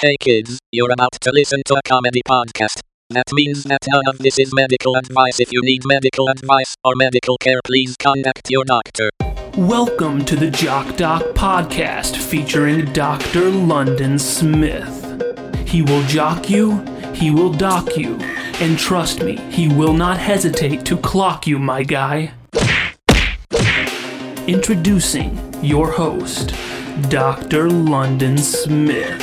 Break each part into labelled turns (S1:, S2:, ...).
S1: Hey kids, you're about to listen to a comedy podcast. That means that none of this is medical advice. If you need medical advice or medical care, please contact your doctor.
S2: Welcome to the Jock Doc podcast featuring Dr. London Smith. He will jock you, he will dock you, and trust me, he will not hesitate to clock you, my guy. Introducing your host, Dr. London Smith.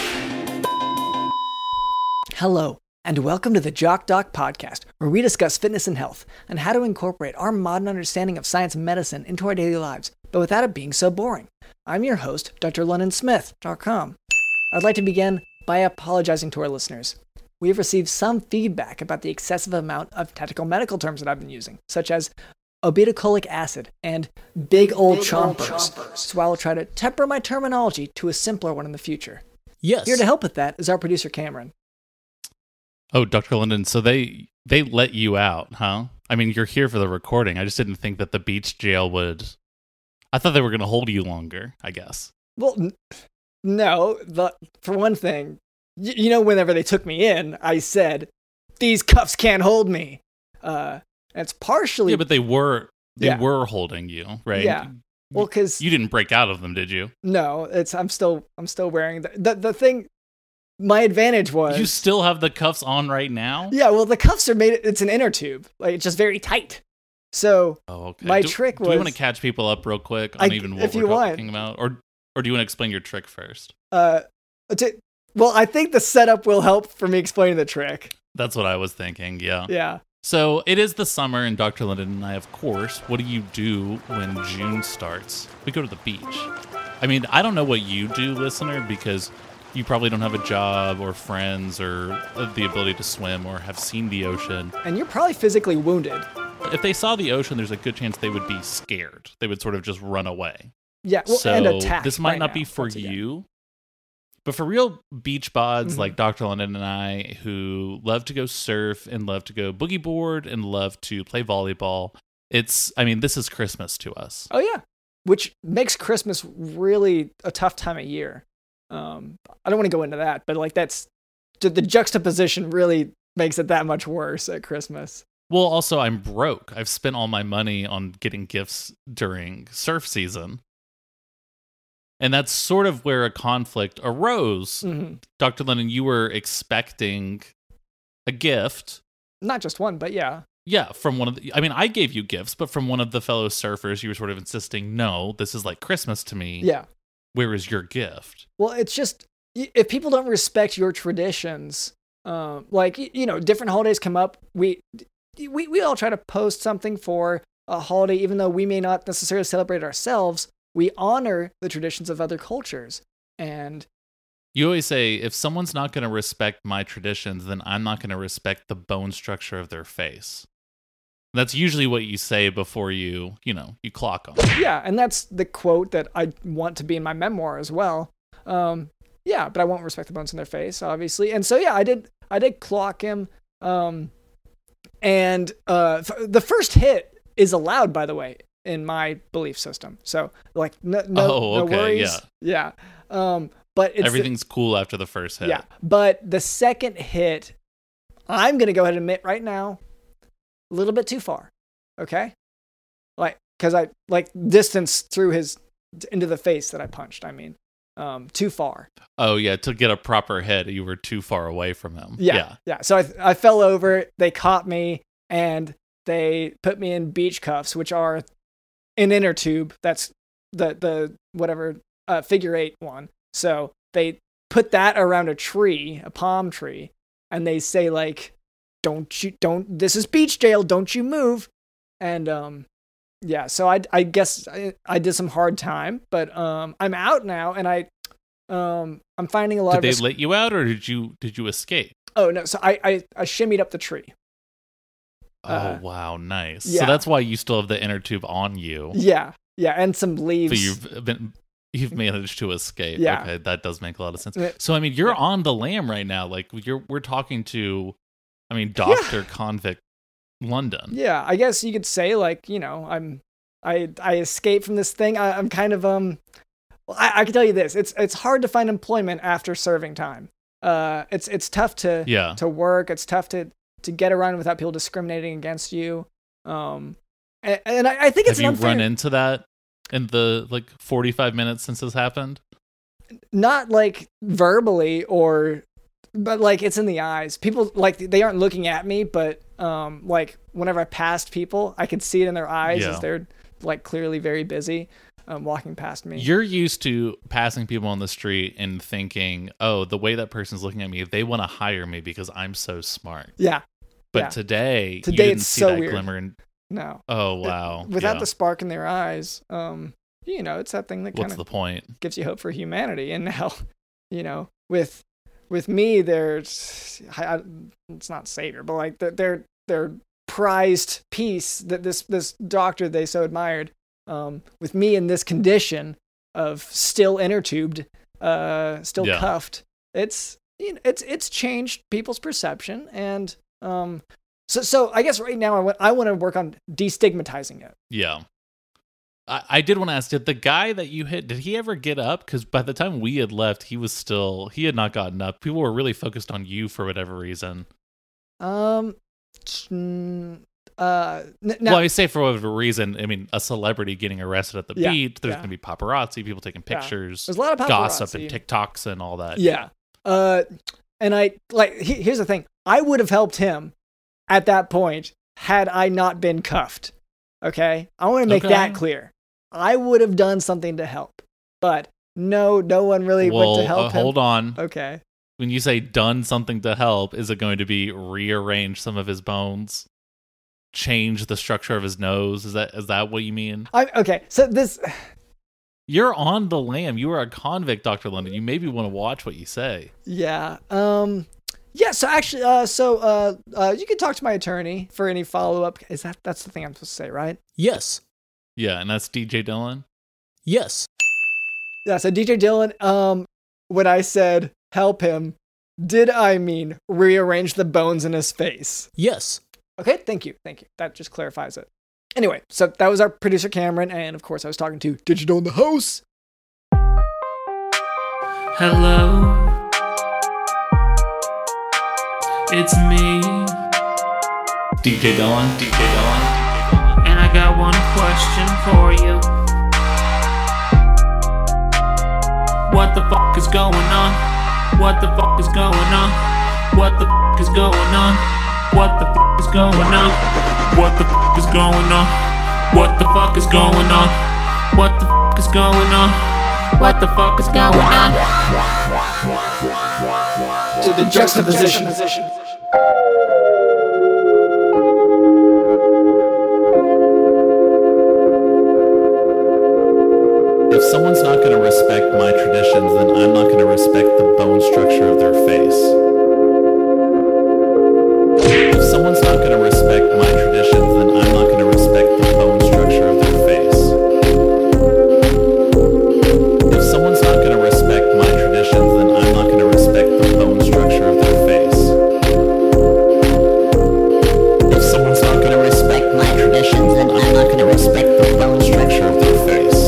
S3: Hello, and welcome to the Jock Doc podcast, where we discuss fitness and health and how to incorporate our modern understanding of science and medicine into our daily lives, but without it being so boring. I'm your host, Dr. LondonSmith.com. I'd like to begin by apologizing to our listeners. We have received some feedback about the excessive amount of technical medical terms that I've been using, such as obitacolic acid and big old chompers. So I will try to temper my terminology to a simpler one in the future.
S4: Yes.
S3: Here to help with that is our producer Cameron.
S5: Oh, Dr. London, so they they let you out, huh? I mean, you're here for the recording. I just didn't think that the beach jail would I thought they were going to hold you longer, I guess.
S3: Well, n- no. The, for one thing, y- you know, whenever they took me in, I said, "These cuffs can't hold me." Uh, that's partially
S5: Yeah, but they were they
S3: Yeah.
S5: were holding you, right?
S3: Yeah. well, because
S5: You didn't break out of them, did you?
S3: no, it's I'm still I'm still wearing the the, the thing. My advantage was
S5: You still have the cuffs on right now?
S3: yeah. Well, the cuffs are made. It's an inner tube, like it's just very tight. So
S5: Oh, okay.
S3: My
S5: do,
S3: trick
S5: Do you want
S3: was-
S5: to catch people up real quick
S3: I-
S5: on even what
S3: if
S5: we're
S3: you want.
S5: talking about or or do you want to explain your trick first?
S3: uh, to, well, I think the setup will help for me explaining the trick.
S5: That's what I was thinking, yeah.
S3: Yeah.
S5: So, it is the summer and Dr. London and I, of course, what do you do when June starts? We go to the beach. I mean, I don't know what you do, listener, because you probably don't have a job or friends or the ability to swim or have seen the ocean.
S3: And you're probably physically wounded.
S5: If they saw the ocean, there's a good chance they would be scared. They would sort of just run away.
S3: Yeah. Well,
S5: so,
S3: and attacked.
S5: this might
S3: by
S5: not
S3: now,
S5: be for
S3: once again.
S5: you. But for real beach bods
S3: Mhm.
S5: like Dr. London and I, who love to go surf and love to go boogie board and love to play volleyball, it's, I mean, this is Christmas to us.
S3: Oh yeah, which makes Christmas really a tough time of year. Um, I don't want to go into that, but like that's ju- the juxtaposition really makes it that much worse at Christmas.
S5: Well, also, I'm broke. I've spent all my money on getting gifts during surf season. And that's sort of where a conflict arose.
S3: hmm
S5: Dr. Lennon, you were expecting a gift
S3: Not just one, but yeah,
S5: Yeah, from one of the, I mean, I gave you gifts, but from one of the fellow surfers, you were sort of insisting, no, this is like Christmas to me.
S3: yeah.
S5: Where is your gift?
S3: Well, it's just y- if people don't respect your traditions, um, like y- you know, different holidays come up. We we we all try to post something for a holiday, even though we may not necessarily celebrate ourselves. We honor the traditions of other cultures, and
S5: You always say, if someone's not going to respect my traditions, then I'm not going to respect the bone structure of their face. That's usually what you say before you, you know, you clock them.
S3: Yeah, and that's the quote that I want to be in my memoir as well. Um, yeah, but I won't respect the bones in their face, obviously. And so yeah, I did I did clock him. Um, and uh, f- the first hit is allowed, by the way, in my belief system. So like no no,
S5: Oh,
S3: no
S5: okay,
S3: worries. Yeah. Um, but it's the-
S5: Everything's cool after the first hit.
S3: yeah. But the second hit, I'm going to go ahead and admit right now, a little bit too far. Okay. Like, cause I like distance through his into the face that I punched. I mean, um, too far.
S5: Oh, yeah. To get a proper hit, you were too far away from them.
S3: Yeah. Yeah. So I, I fell over, they caught me and they put me in beach cuffs, which are an inner tube. That's the, the, whatever, uh, figure eight one. So they put that around a tree, a palm tree, and they say like, don't you, don't, this is beach jail. Don't you move. And, um, yeah, so I, I guess I, I did some hard time, but um, I'm out now, and I, um, I'm finding a lot
S5: Did
S3: of
S5: they
S3: res-
S5: let you out or did you did you escape?
S3: Oh no! So I I, I shimmied up the tree. Uh,
S5: oh wow, nice.
S3: yeah.
S5: So that's why you still have the inner tube on you.
S3: Yeah, yeah, and some
S5: So
S3: leaves.
S5: you've been you've managed to escape.
S3: Yeah.
S5: Okay, that does make a lot of sense.
S3: Yeah.
S5: So I mean, you're
S3: Yeah.
S5: on the lam right now. Like you're we're talking to, I mean, Doctor Convict London.
S3: yeah, I guess you could say like you know I'm I I escaped from this thing. I, I'm kind of um. Well, I, I can tell you this: it's it's hard to find employment after serving time. uh, it's it's tough to
S5: Yeah.
S3: to work. It's tough to to get around without people discriminating against you. Um, and, and I, I think it's
S5: Have you
S3: an unfair,
S5: run into that in the like 45 minutes since this happened?
S3: not like verbally or, but like it's in the eyes. People like they aren't looking at me, but um, like whenever I passed people, I could see it in their eyes
S5: Yeah.
S3: as they're like clearly very busy, um, walking past me.
S5: You're used to passing people on the street and thinking, oh, the way that person's looking at me, they want to hire me because I'm so smart.
S3: yeah,
S5: But
S3: Yeah.
S5: today, you
S3: Today
S5: didn't
S3: it's
S5: see
S3: so
S5: that
S3: weird.
S5: glimmer. And,
S3: no,
S5: oh, wow.
S3: without
S5: Yeah.
S3: the spark in their eyes, um, you know, it's that thing that kind
S5: What's
S3: of
S5: the point?
S3: gives you hope for humanity. And now, you know, with with me, there's I, I, it's not savior, but like they're they're, they're prized piece that this this doctor they so admired. Um, with me in this condition of still inner tubed, uh, still
S5: Yeah.
S3: cuffed, it's you know, it's it's changed people's perception and um. So, so I guess right now I want I want to work on destigmatizing it.
S5: Yeah. I, I did want to ask, did the guy that you hit, did he ever get up? Because by the time we had left, he was still, he had not gotten up. People were really focused on you for whatever reason.
S3: Um, t- mm, uh, n- now,
S5: Well, I say for whatever reason, I mean, a celebrity getting arrested at the
S3: Yeah,
S5: beach, there's
S3: yeah.
S5: going to be paparazzi, people taking
S3: Yeah.
S5: pictures,
S3: There's a lot of paparazzi.
S5: gossip and TikToks and all that.
S3: Yeah. Uh, and I like he, here's the thing. I would have helped him at that point had I not been cuffed. Okay, I want to make
S5: Okay.
S3: that clear. I would have done something to help, but no, no one really
S5: well,
S3: went to help
S5: uh,
S3: him.
S5: hold on.
S3: Okay.
S5: When you say done something to help, is it going to be rearrange some of his bones, change the structure of his nose? Is that is that what you mean?
S3: I okay. So this
S5: You're on the lam. You are a convict, Doctor London. You maybe want to watch what you say.
S3: Yeah. Um yeah, so actually uh so uh, uh you can talk to my attorney for any follow up. Is that that's the thing I'm supposed to say, right?
S4: Yes.
S5: Yeah, and that's DJ Dylan.
S4: Yes.
S3: Yeah, so DJ Dylan, um, when I said help him, did I mean rearrange the bones in his face?
S4: Yes.
S3: Okay, thank you, thank you. That just clarifies it. Anyway, so that was our producer Cameron, and of course I was talking to Digital in the House.
S2: Hello. It's me,
S5: DJ Dylan. DJ Dylan.
S2: and I got one question for you. What the fuck is going on? What the fuck is going on? What the fuck is going on? What the fuck is going on? What the fuck is going on? What the fuck is going on? What the fuck is going on? What the fuck is going on?
S3: To the juxtaposition.
S6: If someone's not going to respect my traditions, then I'm not going to respect the bone structure of their face. If someone's not going to respect my traditions, then I'm not going to respect the bone structure of their face. If someone's not going to respect my traditions, then I'm not going to respect the bone structure of their face. If someone's not going to respect my traditions, then I'm not going to respect the bone structure of their face.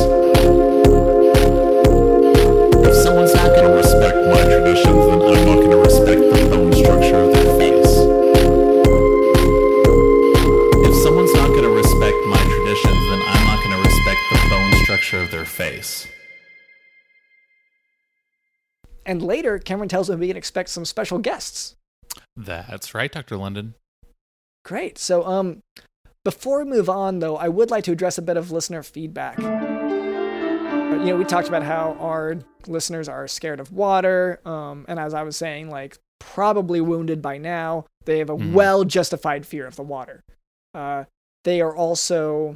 S6: If someone's not gonna respect my traditions, then I'm not gonna respect the bone structure of their face. If someone's not gonna respect my traditions, then I'm not gonna respect the bone structure of their face.
S3: And later, Cameron tells him we can expect some special guests.
S5: That's right, Doctor London.
S3: Great. So, um, before we move on, though, I would like to address a bit of listener feedback. You know, we talked about how our listeners are scared of water, um, and as I was saying, like probably wounded by now, they have a
S5: Mhm.
S3: well-justified fear of the water. Uh, they are also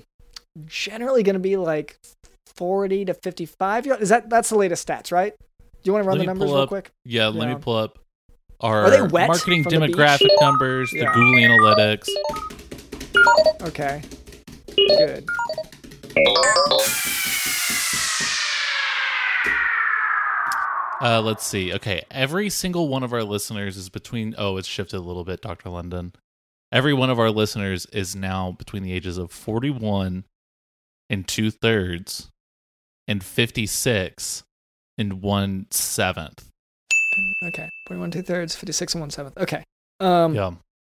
S3: generally going to be like 40 to 55. year- Is that that's the latest stats, right? Do you want to run
S5: Let
S3: the
S5: me
S3: numbers
S5: pull
S3: real
S5: up-
S3: quick?
S5: Yeah, let
S3: Yeah.
S5: me pull up our
S3: Are they wet
S5: marketing
S3: from the beach?
S5: demographic numbers, the
S3: Yeah.
S5: Google Analytics.
S3: Okay. Good.
S5: Uh, let's see. Okay, every single one of our listeners is between. Oh, it's shifted a little bit, Doctor London. Every one of our listeners is now between the ages of forty-one and two thirds, and fifty-six and one seventh.
S3: Okay, 41 two thirds, 56 and one seventh. Okay. Um,
S5: yeah,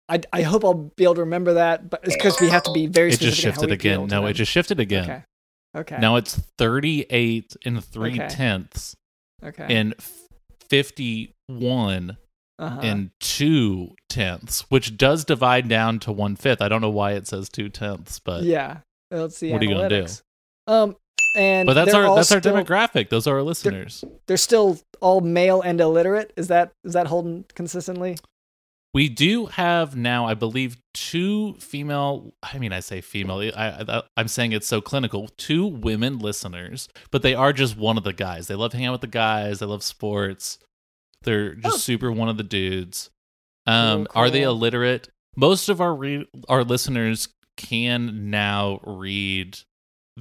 S3: I, I hope I'll be able to remember that, but it's because we have to be very.
S5: it just
S3: specific in how
S5: shifted
S3: we appeal
S5: again.
S3: to
S5: No, it
S3: them.
S5: just shifted again.
S3: Okay. Okay.
S5: Now it's 38 and 3
S3: Okay.
S5: tenths
S3: okay.
S5: and f- 51
S3: uh-huh.
S5: and 2 tenths, which does divide down to one fifth. I don't know why it says 2 tenths, but
S3: yeah, let's see.
S5: uh, What are you gonna do?
S3: Um, and
S5: but that's
S3: they're
S5: our
S3: all
S5: that's our
S3: still-
S5: demographic. Those are our listeners.
S3: They're still all male and illiterate. Is that is that holding consistently?
S5: We do have now, I believe, two female. I mean, I say female. I, I, I'm saying it's so clinical. Two women listeners, but they are just one of the guys. They love hanging out with the guys. They love sports. They're just
S3: Oh.
S5: super one of the dudes. Um,
S3: Cool,
S5: Are they
S3: cool.
S5: illiterate? Most of our re- our listeners can now read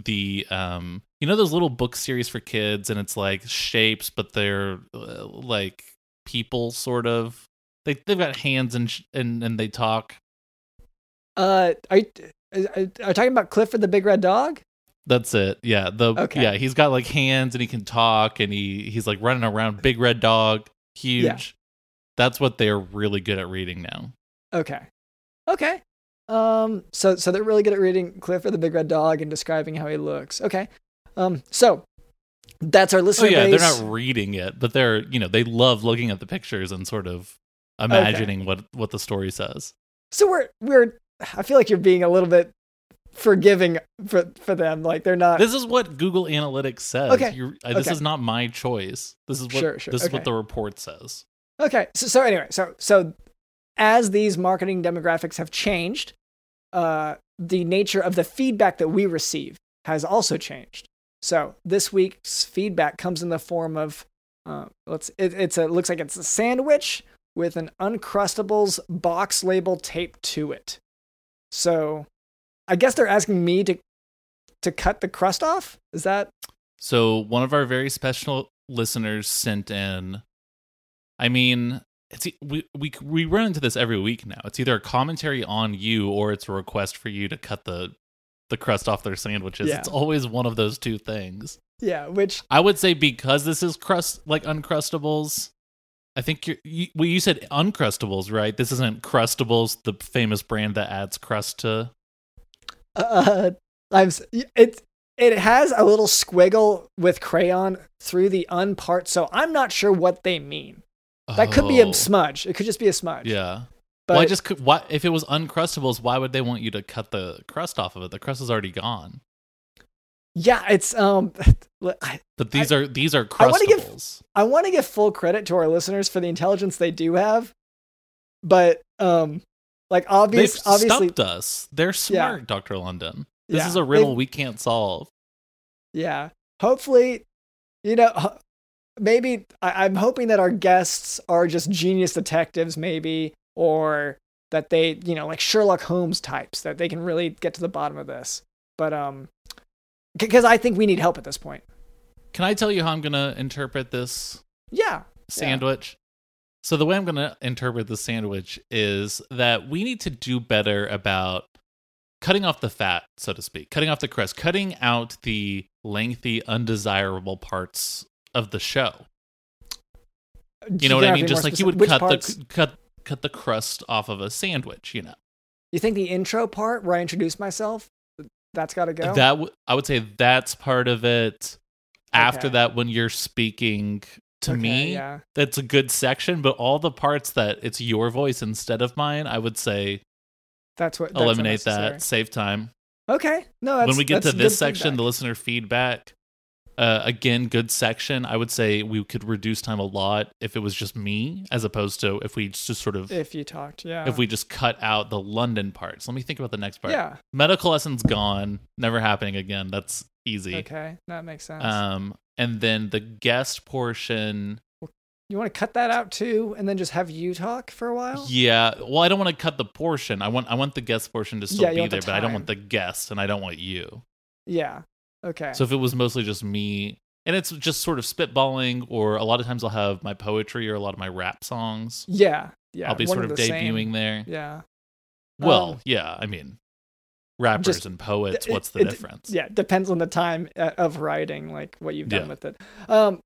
S5: the um you know those little book series for kids and it's like shapes but they're uh, like people sort of they they've got hands and sh- and and they talk
S3: Uh, are you, are- are you talking about Clifford the Big Red Dog?
S5: that's it yeah the
S3: Okay.
S5: yeah he's got like hands and he can talk and he he's like running around big red dog huge that's what they're really good at reading now Oh,
S3: Okay. Okay. Um so so they're really good at reading Clifford the Big Red Dog and describing how he looks. Okay. Um so that's our
S5: oh
S3: listener
S5: yeah they're
S3: base.
S5: not reading it but they're you know they love looking at the pictures and sort of imagining what what the story says
S3: so we're we're I feel like you're being a little bit forgiving for for them like they're not
S5: this is what Google Analytics says.
S3: Uh, Okay.
S5: You're, uh, this
S3: Okay.
S5: is not my choice. This is what
S3: Sure, sure.
S5: this is what
S3: Okay.
S5: the report says.
S3: Okay. So, so anyway, so so as these marketing demographics have changed, uh, the nature of the feedback that we receive has also changed. So this week's feedback comes in the form of uh, let's it, it's a looks like it's a sandwich with an Uncrustables box label taped to it. So I guess they're asking me to to cut the crust off. Is that
S5: So one of our very special listeners sent in. I mean, it's e- we we we run into this every week now. It's either a commentary on you or it's a request for you to cut the the crust off their sandwiches.
S3: Yeah.
S5: It's always one of those two things.
S3: yeah? Which
S5: I would say because this is crust like uncrustables. I think you're, you well. You said uncrustables, right? This isn't crustables, the famous brand that adds crust to
S3: Uh, I'm s- it. It has a little squiggle with crayon through the un part, so I'm not sure what they mean. That could be
S5: Oh,
S3: a smudge. It could just be a smudge.
S5: Yeah.
S3: But
S5: well, I just could. Why, if it was Uncrustables, why would they want you to cut the crust off of it? The crust is already gone.
S3: yeah, it's um. I,
S5: But these are these are
S3: I wanna give-
S5: crustables.
S3: I want to give full credit to our listeners for the intelligence they do have, but um, like
S5: They've
S3: obvious, obviously,
S5: stumped us. They're smart, Doctor London. This
S3: yeah,
S5: is a
S3: they've-
S5: riddle we can't solve.
S3: Yeah. Hopefully, you know, ho- maybe I, I'm hoping that our guests are just genius detectives, maybe, or that they, you know, like Sherlock Holmes types, that they can really get to the bottom of this. But, um, because I think we need help at this point.
S5: Can I tell you how I'm gonna interpret this
S3: Yeah.
S5: sandwich? So the way I'm gonna interpret the sandwich is that we need to do better about cutting off the fat, so to speak, cutting off the crust, cutting out the lengthy, undesirable parts of the show. You know what I mean? Just like you would cut the cut cut the crust off of a sandwich. You know
S3: You think the intro part where I introduce myself, that's got to go?
S5: that w- I would say that's part of it. After
S3: Okay.
S5: that, when you're speaking to
S3: Okay,
S5: me,
S3: Yeah.
S5: that's a good section. But all the parts that it's your voice instead of mine, I would say
S3: That's what. That's
S5: eliminate that.
S3: unnecessary.
S5: Save time.
S3: Okay. No, that's
S5: when we get to
S3: that's
S5: this
S3: good
S5: section,
S3: feedback.
S5: the listener feedback. Uh, again, good section. I would say we could reduce time a lot if it was just me, as opposed to if we just sort of
S3: if you talked, yeah.
S5: if we just cut out the London parts. Let me think about the next part.
S3: yeah.
S5: Medical lessons gone, never happening again. That's easy.
S3: Okay, that makes sense.
S5: Um, and then the guest portion.
S3: you want to cut that out too, and then just have you talk for a while.
S5: Yeah. Well, I don't want to cut the portion. I want I want the guest portion to still
S3: Yeah, you
S5: be
S3: want the
S5: there, but I don't
S3: time.
S5: want the guest and I don't want you.
S3: Yeah. Okay.
S5: So if it was mostly just me and it's just sort of spitballing, or a lot of times I'll have my poetry or a lot of my rap songs.
S3: yeah. Yeah.
S5: I'll be
S3: one
S5: sort of
S3: the same.
S5: debuting there.
S3: Yeah.
S5: Well,
S3: Um,
S5: yeah, I mean, rappers
S3: just-
S5: and poets,
S3: it-
S5: what's the
S3: it-
S5: difference?
S3: Yeah. Depends on the time uh, of writing, like what you've done
S5: Yeah.
S3: with it. Um,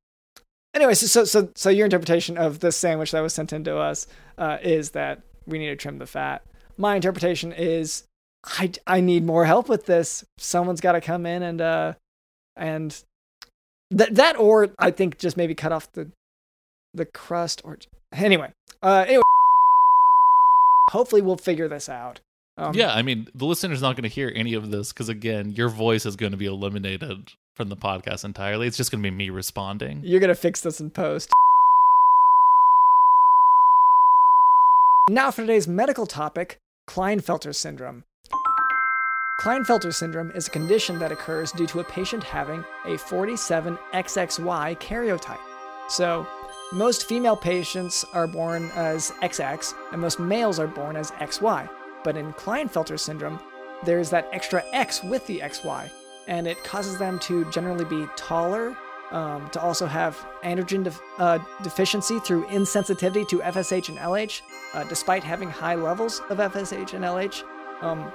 S3: Anyway, so, so so so your interpretation of this sandwich that was sent in to us uh, is that we need to trim the fat. My interpretation is I I need more help with this. Someone's got to come in and uh and that that or I think just maybe cut off the the crust or anyway. Uh anyway, hopefully we'll figure this out. Um,
S5: yeah, I mean, the listener's not going to hear any of this because, again, your voice is going to be eliminated from the podcast entirely. It's just going to be me responding.
S3: You're gonna fix this in post. Now for today's medical topic, Klinefelter syndrome. Klinefelter syndrome is a condition that occurs due to a patient having a 47XXY karyotype. So, most female patients are born as XX, and most males are born as XY. But in Klinefelter syndrome, there's that extra X with the XY, and it causes them to generally be taller, um, to also have androgen def- uh, deficiency through insensitivity to FSH and LH, uh, despite having high levels of FSH and LH. Um,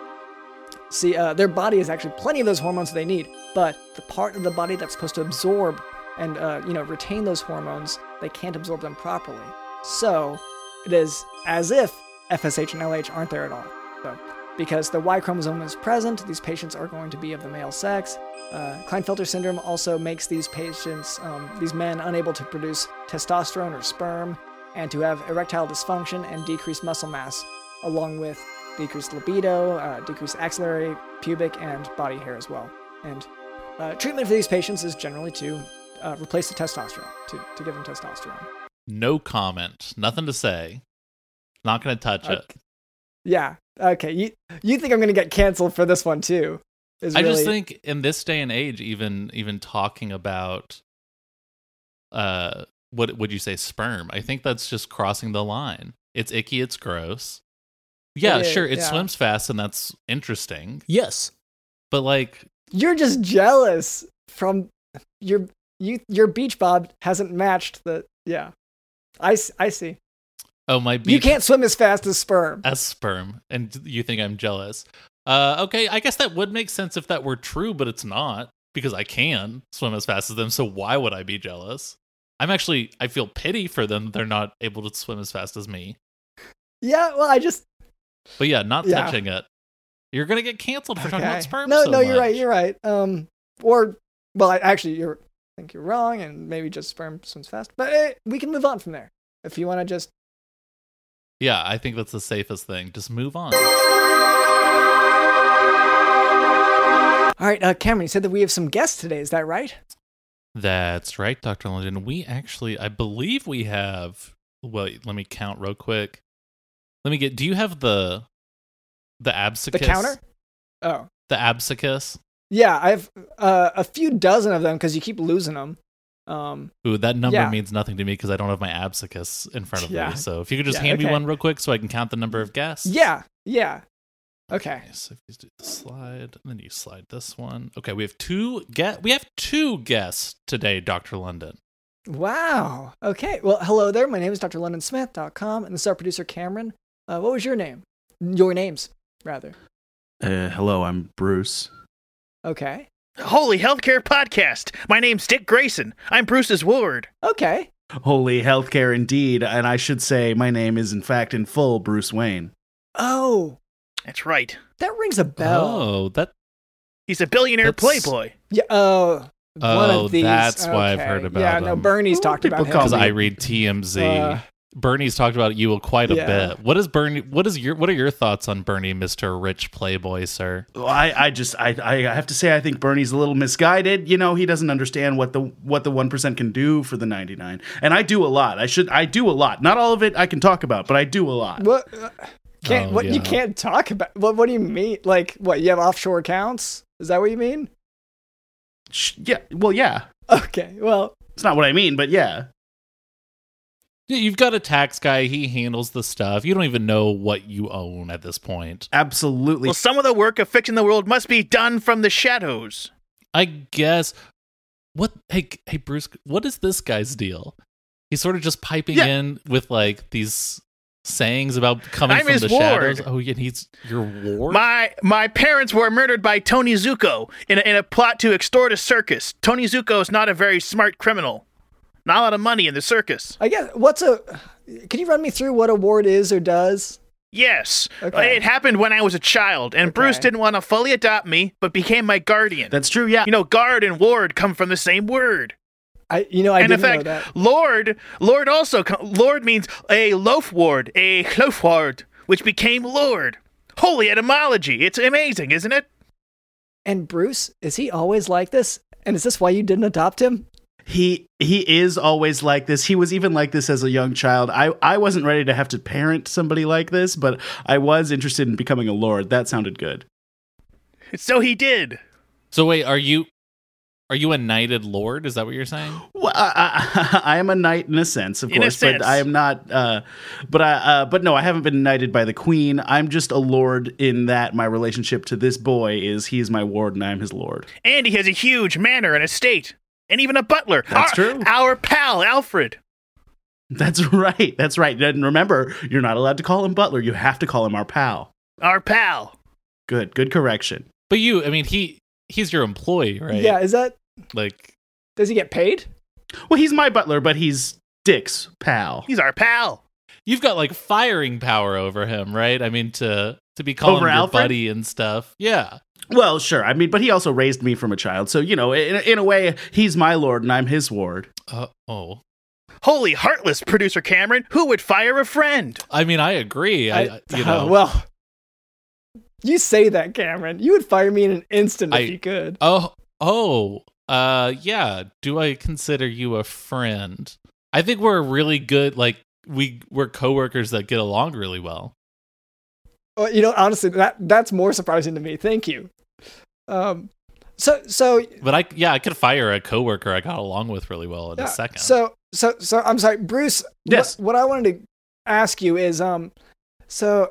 S3: see, uh, their body is actually plenty of those hormones they need, but the part of the body that's supposed to absorb and uh, you know retain those hormones, they can't absorb them properly. So it is as if FSH and LH aren't there at all. So because the Y chromosome is present, these patients are going to be of the male sex. Uh, Klinefelter syndrome also makes these patients, um, these men, unable to produce testosterone or sperm, and to have erectile dysfunction and decreased muscle mass, along with decreased libido, uh, decreased axillary, pubic, and body hair as well. And uh, treatment for these patients is generally to uh, replace the testosterone, to, to give them testosterone.
S5: No comment, nothing to say. Not going to touch it.
S3: Uh, Yeah. Okay. You you think I'm gonna get canceled for this one too? Is
S5: I just
S3: really-
S5: think in this day and age, even even talking about uh what would you say sperm? I think that's just crossing the line. It's icky, it's gross. Yeah,
S3: It is,
S5: sure, it
S3: yeah.
S5: swims fast and that's interesting.
S4: Yes.
S5: But like
S3: you're just jealous from your you your beach bob hasn't matched the yeah. I, s- I see.
S5: oh my beach
S3: You can't swim as fast as sperm.
S5: as sperm and you think I'm jealous. Uh okay, I guess that would make sense if that were true, but it's not because I can swim as fast as them, so why would I be jealous? I'm actually I feel pity for them they're not able to swim as fast as me.
S3: Yeah. Well, I just
S5: But yeah, not
S3: Yeah.
S5: touching it. You're gonna get canceled for talking
S3: okay.
S5: about sperm.
S3: No,
S5: so
S3: no, you're
S5: much.
S3: right. You're right. Um, or well, I, actually, you're I think you're wrong, and maybe just sperm swims fast. But eh, we can move on from there. If you want to just
S5: yeah, I think that's the safest thing. Just move on.
S3: all right, uh, Cameron, you said that we have some guests today. Is that right?
S5: That's right, Doctor London. We actually, I believe we have. Well, let me count real quick. Let me get. Do you have the the
S3: The
S5: absicus?
S3: counter. Oh,
S5: The absicus.
S3: Yeah, I've uh, a few dozen of them because you keep losing them. Um,
S5: Ooh, that number
S3: Yeah.
S5: means nothing to me because I don't have my absicus in front of
S3: Yeah.
S5: me. So if you could just
S3: Yeah,
S5: hand me
S3: okay.
S5: one real quick, so I can count the number of guests.
S3: yeah, yeah. Okay.
S5: So if you do the slide, and then you slide this one. Okay, we have two get. We have two guests today, Doctor London.
S3: Wow. Okay. Well, hello there. My name is Dr. LondonSmith.com, and this is our producer Cameron. Uh, what was your name? Your names, rather.
S6: Uh, hello, I'm Bruce.
S3: Okay.
S7: Holy Healthcare Podcast. My name's Dick Grayson. I'm Bruce's ward.
S3: Okay.
S6: Holy healthcare indeed, and I should say my name is in fact in full Bruce Wayne.
S3: Oh,
S7: That's right.
S3: that rings a bell.
S5: Oh, that.
S7: He's a billionaire
S5: That's-
S7: playboy.
S3: Yeah. Oh. one
S5: Oh,
S3: of these.
S5: that's why I've heard
S3: Okay.
S5: about
S3: Yeah. No,
S5: him.
S3: Bernie's
S6: Ooh,
S3: talked about
S6: people
S3: him.
S6: call
S5: Because
S6: me-
S5: I read TMZ.
S3: Uh,
S5: Bernie's talked about you quite a
S3: Yeah.
S5: bit. What is Bernie? What is your? What are your thoughts on Bernie, Mister Rich Playboy, sir?
S6: Well, I, I just I, I have to say I think Bernie's a little misguided. You know, he doesn't understand what the what the one percent can do for the ninety nine. And I do a lot. I should I do a lot. Not all of it I can talk about, but I do a lot.
S3: What? uh, Can't
S5: Oh,
S3: what
S5: yeah.
S3: you can't talk about? What What do you mean? Like what? You have offshore accounts? Is that what you mean?
S6: Sh- Yeah, well, yeah.
S3: Okay. Well,
S6: It's not what I mean, but yeah.
S5: Yeah, You've got a tax guy. He handles the stuff. You don't even know what you own at this point.
S6: Absolutely.
S7: Well, some of the work of fixing the world must be done from the shadows.
S5: I guess. What? Hey, hey, Bruce. What is this guy's deal? He's sort of just piping
S6: Yeah.
S5: in with like these sayings about coming
S7: I'm
S5: from
S7: his
S5: the
S7: ward.
S5: shadows. Oh, yeah, and he's your ward.
S7: My my parents were murdered by Tony Zuko in a, in a plot to extort a circus. Tony Zuko is not a very smart criminal. Not a lot of money in the circus.
S3: I guess what's a? Can you run me through what a ward is or does?
S7: Yes.
S3: Okay.
S7: It happened when I was a child, and Bruce
S3: Okay.
S7: didn't want to fully adopt me, but became my guardian.
S6: That's true. Yeah.
S7: you know, guard and ward come from the same word.
S3: I you know I
S7: and in
S3: didn't
S7: fact,
S3: know that.
S7: lord, lord also co- lord means a loaf ward, a cloaf ward, which became lord. Holy etymology! It's amazing, isn't it?
S3: And Bruce is he always like this? And is this why you didn't adopt him?
S6: he he is always like this. He was even like this as a young child. I I wasn't ready to have to parent somebody like this, but I was interested in becoming a lord. That sounded good.
S7: So he did.
S5: So wait, are you are you a knighted lord? Is that what you're saying?
S6: Well, I, I, I am a knight in a sense, of
S7: In a
S6: course,
S7: sense.
S6: but I am not. Uh, but I, uh, but no, I haven't been knighted by the queen. I'm just a lord in that my relationship to this boy is he is my ward and I'm his lord.
S7: And he has a huge manor and estate, and even a butler.
S6: That's
S7: our,
S6: true.
S7: Our pal Alfred.
S6: That's right. That's right. And remember, you're not allowed to call him butler. You have to call him our pal.
S7: Our pal.
S6: Good. Good correction.
S5: But you, I mean, he he's your employee, right?
S3: Yeah, is that
S5: Like
S3: does he get paid?
S6: Well, he's my butler, but he's Dick's pal.
S7: He's our pal.
S5: you've got like firing power over him, right? I mean, to to be calling
S6: Over
S5: him your
S6: Alfred?
S5: buddy and stuff. Yeah.
S6: Well, sure. I mean, but he also raised me from a child, so you know, in, in a way, he's my lord and I'm his ward.
S5: Uh, oh,
S7: Holy heartless producer Cameron, who would fire a friend?
S5: I mean, I agree. I, uh,
S3: I-
S5: you know.
S3: Oh, well, you say that, Cameron. You would fire me in an instant
S5: I-
S3: if you could.
S5: Oh, oh, uh, yeah. Do I consider you a friend? I think we're really good. Like we we're coworkers that get along really well.
S3: Well, you know, honestly, that that's more surprising to me. Thank you. Um, so so
S5: But I, yeah, I could fire a coworker I got along with really well in
S3: yeah,
S5: a second.
S3: so so so I'm sorry, Bruce. what-
S6: Yes.
S3: What, I wanted to ask you is, um, so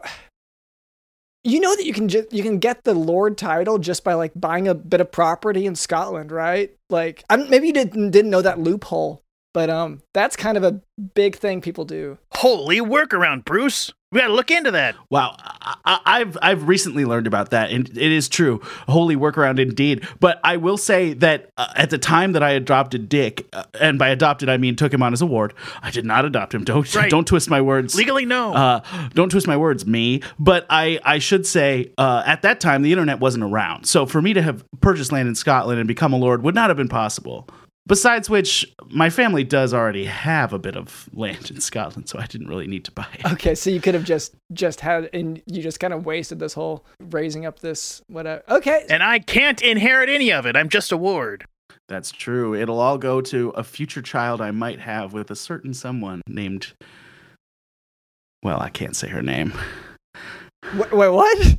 S3: you know that you can just you can get the lord title just by like buying a bit of property in Scotland, right? Like, I'm, maybe you didn't didn't know that loophole, but um, that's kind of a big thing people do.
S7: Holy workaround, Bruce. We gotta look into that.
S6: Wow, I, I- I've I've recently learned about that, and it is true. Holy workaround indeed. But I will say that uh, at the time that I adopted Dick, uh, and by adopted I mean took him on as a ward, I did not adopt him. Don't
S7: Right.
S6: don't twist my words.
S7: Legally, no.
S6: Uh, don't twist my words, me. But I, I should say, uh, at that time, the internet wasn't around. So for me to have purchased land in Scotland and become a lord would not have been possible. Besides which, my family does already have a bit of land in Scotland, so I didn't really need to buy it.
S3: Okay, so you could have just just had, and you just kind of wasted this whole raising up this whatever. Okay,
S7: and I can't inherit any of it. I'm just a ward.
S6: That's true. It'll all go to a future child I might have with a certain someone named. Well, I can't say her name.
S3: wait, wait, what?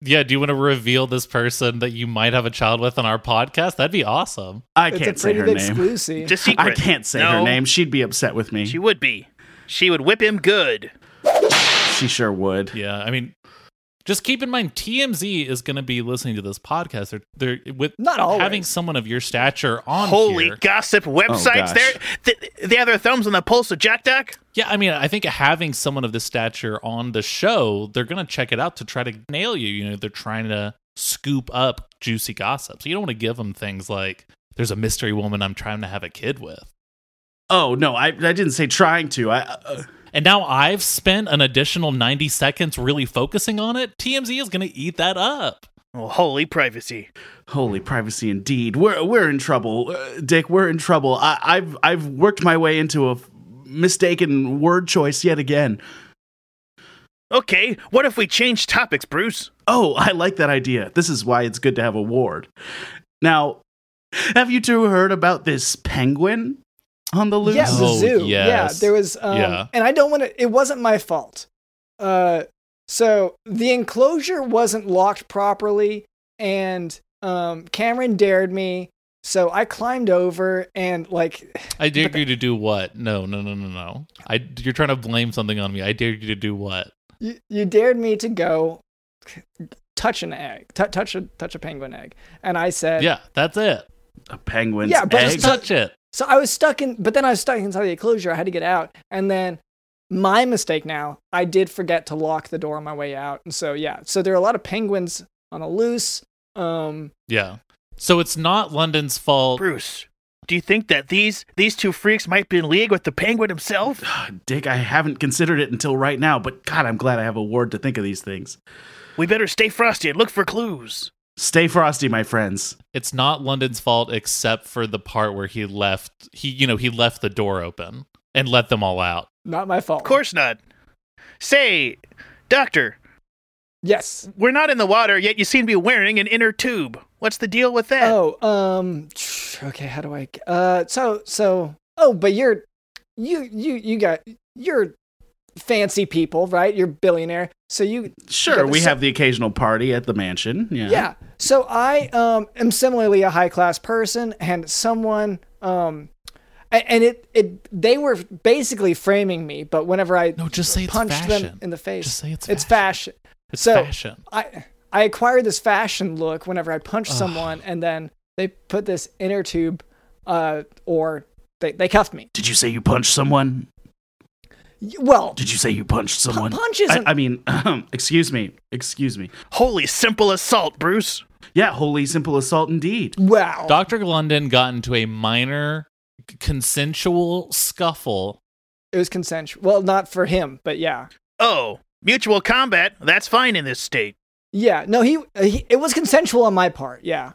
S5: yeah, do you want to reveal this person that you might have a child with on our podcast? That'd be awesome.
S6: I
S3: it's a
S6: can't say
S3: pretty
S6: her
S3: big
S6: name.
S3: Lucy.
S7: Just secret.
S6: I can't say her
S7: No,
S6: name. She'd be upset with me.
S7: She would be. She would whip him good.
S6: she sure would.
S5: Yeah, I mean, just keep in mind TMZ is going to be listening to this podcast. They're, they're with
S3: Not always.
S5: having someone of your stature on.
S7: Holy
S5: here- Oh,
S7: gossip websites.
S6: gosh.
S7: They're, th- they have their thumbs on the pulse of Jack Doc.
S5: Yeah, I mean, I think having someone of this stature on the show, they're going to check it out to try to nail you. You know, they're trying to scoop up juicy gossip. So you don't want to give them things like, there's a mystery woman I'm trying to have a kid with.
S6: Oh no, I, I didn't say trying to. I uh,
S5: And now I've spent an additional 90 seconds really focusing on it. TMZ is going to eat that up.
S7: Oh, holy privacy.
S6: holy privacy indeed. We're we're in trouble, uh, Dick. We're in trouble. I, I've I've worked my way into a f- mistaken word choice yet again.
S7: Okay, what if we change topics, Bruce?
S6: Oh, I like that idea. This is why it's good to have a ward. Now, have you two heard about this penguin on the loose?
S3: yeah, the
S5: Oh,
S3: zoo. Yeah,
S5: yes.
S3: there was. Um,
S5: Yeah.
S3: and I don't want to. It wasn't my fault. Uh, so the enclosure wasn't locked properly, and um, Cameron dared me. So I climbed over and like
S5: I dare you to do what? No, no, no, no, no. I, you're trying to blame something on me. I dare you to do what?
S3: you, you dared me to go touch an egg, t- touch a touch a penguin egg, and I said,
S5: Yeah, that's it.
S6: A penguin's
S3: Yeah, but
S6: egg?
S5: Just touch it.
S3: So I was stuck in, but then I was stuck inside the enclosure. I had to get out, and then my mistake now. I did forget to lock the door on my way out, and so yeah. So there are a lot of penguins on the loose. Um,
S5: Yeah. So it's not London's fault.
S7: Bruce, Do you think that these these two freaks might be in league with the penguin himself?
S6: Dick, I haven't considered it until right now, but God, I'm glad I have a ward to think of these things.
S7: We better stay frosty and look for clues.
S6: Stay frosty, my friends.
S5: It's not London's fault except for the part where he left he you know, he left the door open and let them all out.
S3: Not my fault.
S7: Of course not. Say, Doctor,
S3: Yes.
S7: we're not in the water, yet you seem to be wearing an inner tube. What's the deal with that?
S3: Oh, um okay, how do I uh so so oh, but you're you you you got you're fancy people, right? You're billionaire. So you
S6: Sure,
S3: Yeah,
S6: we
S3: so-
S6: have the occasional party at the mansion. Yeah.
S3: yeah. So I um am similarly a high class person and someone um a- and it it they were basically framing me, but whenever I
S5: No, just say it's
S3: punched
S5: fashion.
S3: them in the face.
S5: Just say it's
S3: It's fashion.
S5: It's
S3: so-
S5: fashion.
S3: I I acquired this fashion look whenever I punched someone, and then they put this inner tube, uh, or they, they cuffed me.
S6: Did you say you punched someone?
S3: Y- Well,
S6: Did you say you punched someone?
S3: punch isn't-
S6: I, I mean, excuse me. Excuse me.
S7: Holy simple assault, Bruce.
S6: Yeah, holy simple assault indeed.
S3: wow.
S5: Dr. London got into a minor c- consensual scuffle.
S3: it was consensual. Well, not for him, but yeah,
S7: Oh, mutual combat, that's fine in this state.
S3: yeah. No, he, uh, he it was consensual on my part. Yeah,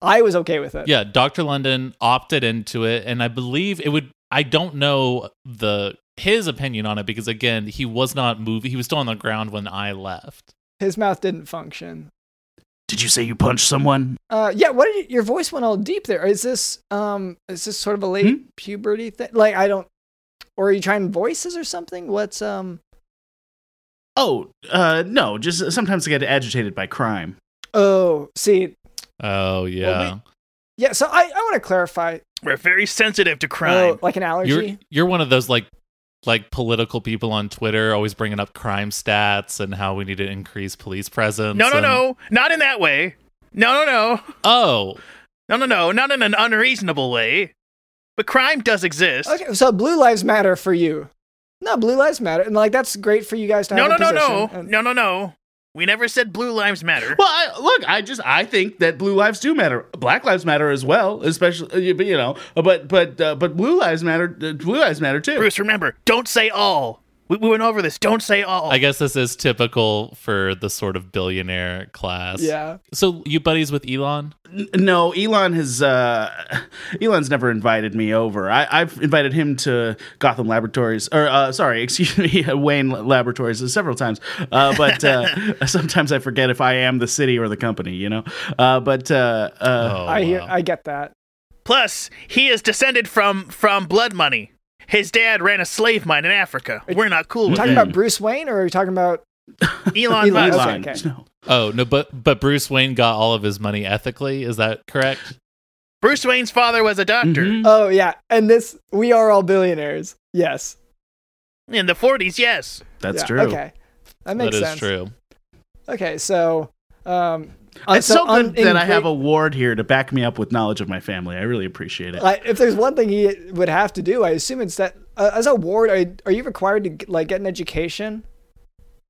S3: I was okay with it.
S5: Yeah, Dr. London opted into it and I believe it would I don't know the his opinion on it because again, he was not moving. He was still on the ground when I left.
S3: his mouth didn't function.
S6: Did you say you punched someone?
S3: Uh, yeah. What did you, your voice went all deep there? Is this um, is this sort of a late
S5: Hmm?
S3: puberty thing? Like I don't, or are you trying voices or something? What's um.
S6: Oh, uh, no. Just sometimes I get agitated by crime.
S3: Oh, see,
S5: Oh yeah.
S3: yeah. So I, I want to clarify,
S7: We're very sensitive to crime.
S3: oh, like an allergy.
S5: you're you're one of those like like political people on Twitter always bringing up crime stats and how we need to increase police
S3: oh,
S5: presence.
S7: no, no,
S5: and-
S7: no. Not in that way. No, no, no.
S5: Oh,
S7: No, no, no. Not in an unreasonable way. But crime does exist.
S3: okay, so blue lives matter for you. No, blue lives matter, and like that's great for you guys to
S7: No, no,
S3: have.
S7: no,
S3: a
S7: no.
S3: position, and-
S7: No, no, no. We never said blue lives matter.
S6: Well, I, look, I just I think that blue lives do matter. Black lives matter as well, especially uh, but, you know. But but uh, but blue lives matter. Uh, blue lives matter too.
S7: Bruce, remember, don't say all. We, we went over this. Don't say all.
S5: I guess this is typical for the sort of billionaire class.
S3: Yeah.
S5: So you buddies with Elon?
S6: N- No, Elon has uh, Elon's never invited me over. I, I've invited him to Gotham Laboratories, or uh, sorry, excuse me, Wayne Laboratories several times. Uh, but uh, sometimes I forget if I am the city or the company, you know. Uh, but uh, uh,
S5: Oh,
S3: I hear,
S5: wow.
S3: I get that.
S7: Plus, he is descended from from blood money. His dad ran a slave mine in Africa. We're not cool
S3: Are you
S7: with
S3: talking
S7: that.
S3: about Bruce Wayne, or are you talking about?
S7: Elon
S3: Elon,
S7: Musk.
S3: okay.
S6: Elon, no.
S5: oh no, but but Bruce Wayne got all of his money ethically. Is that correct?
S7: Bruce Wayne's father was a doctor.
S5: Mm-hmm.
S6: Mhm.
S3: Oh yeah, and this we are all billionaires. Yes,
S7: In the 40s, yes.
S6: That's
S3: Yeah,
S6: true.
S3: Okay, that makes
S5: That is
S3: sense.
S5: true.
S3: Okay, so um,
S6: It's so,
S3: un-
S6: good that
S3: in
S6: I have
S3: great-
S6: a ward here to back me up with knowledge of my family. I really appreciate it.
S3: Like, if there's one thing he would have to do, I assume it's that uh, as a ward, are, are you required to get- like get an education?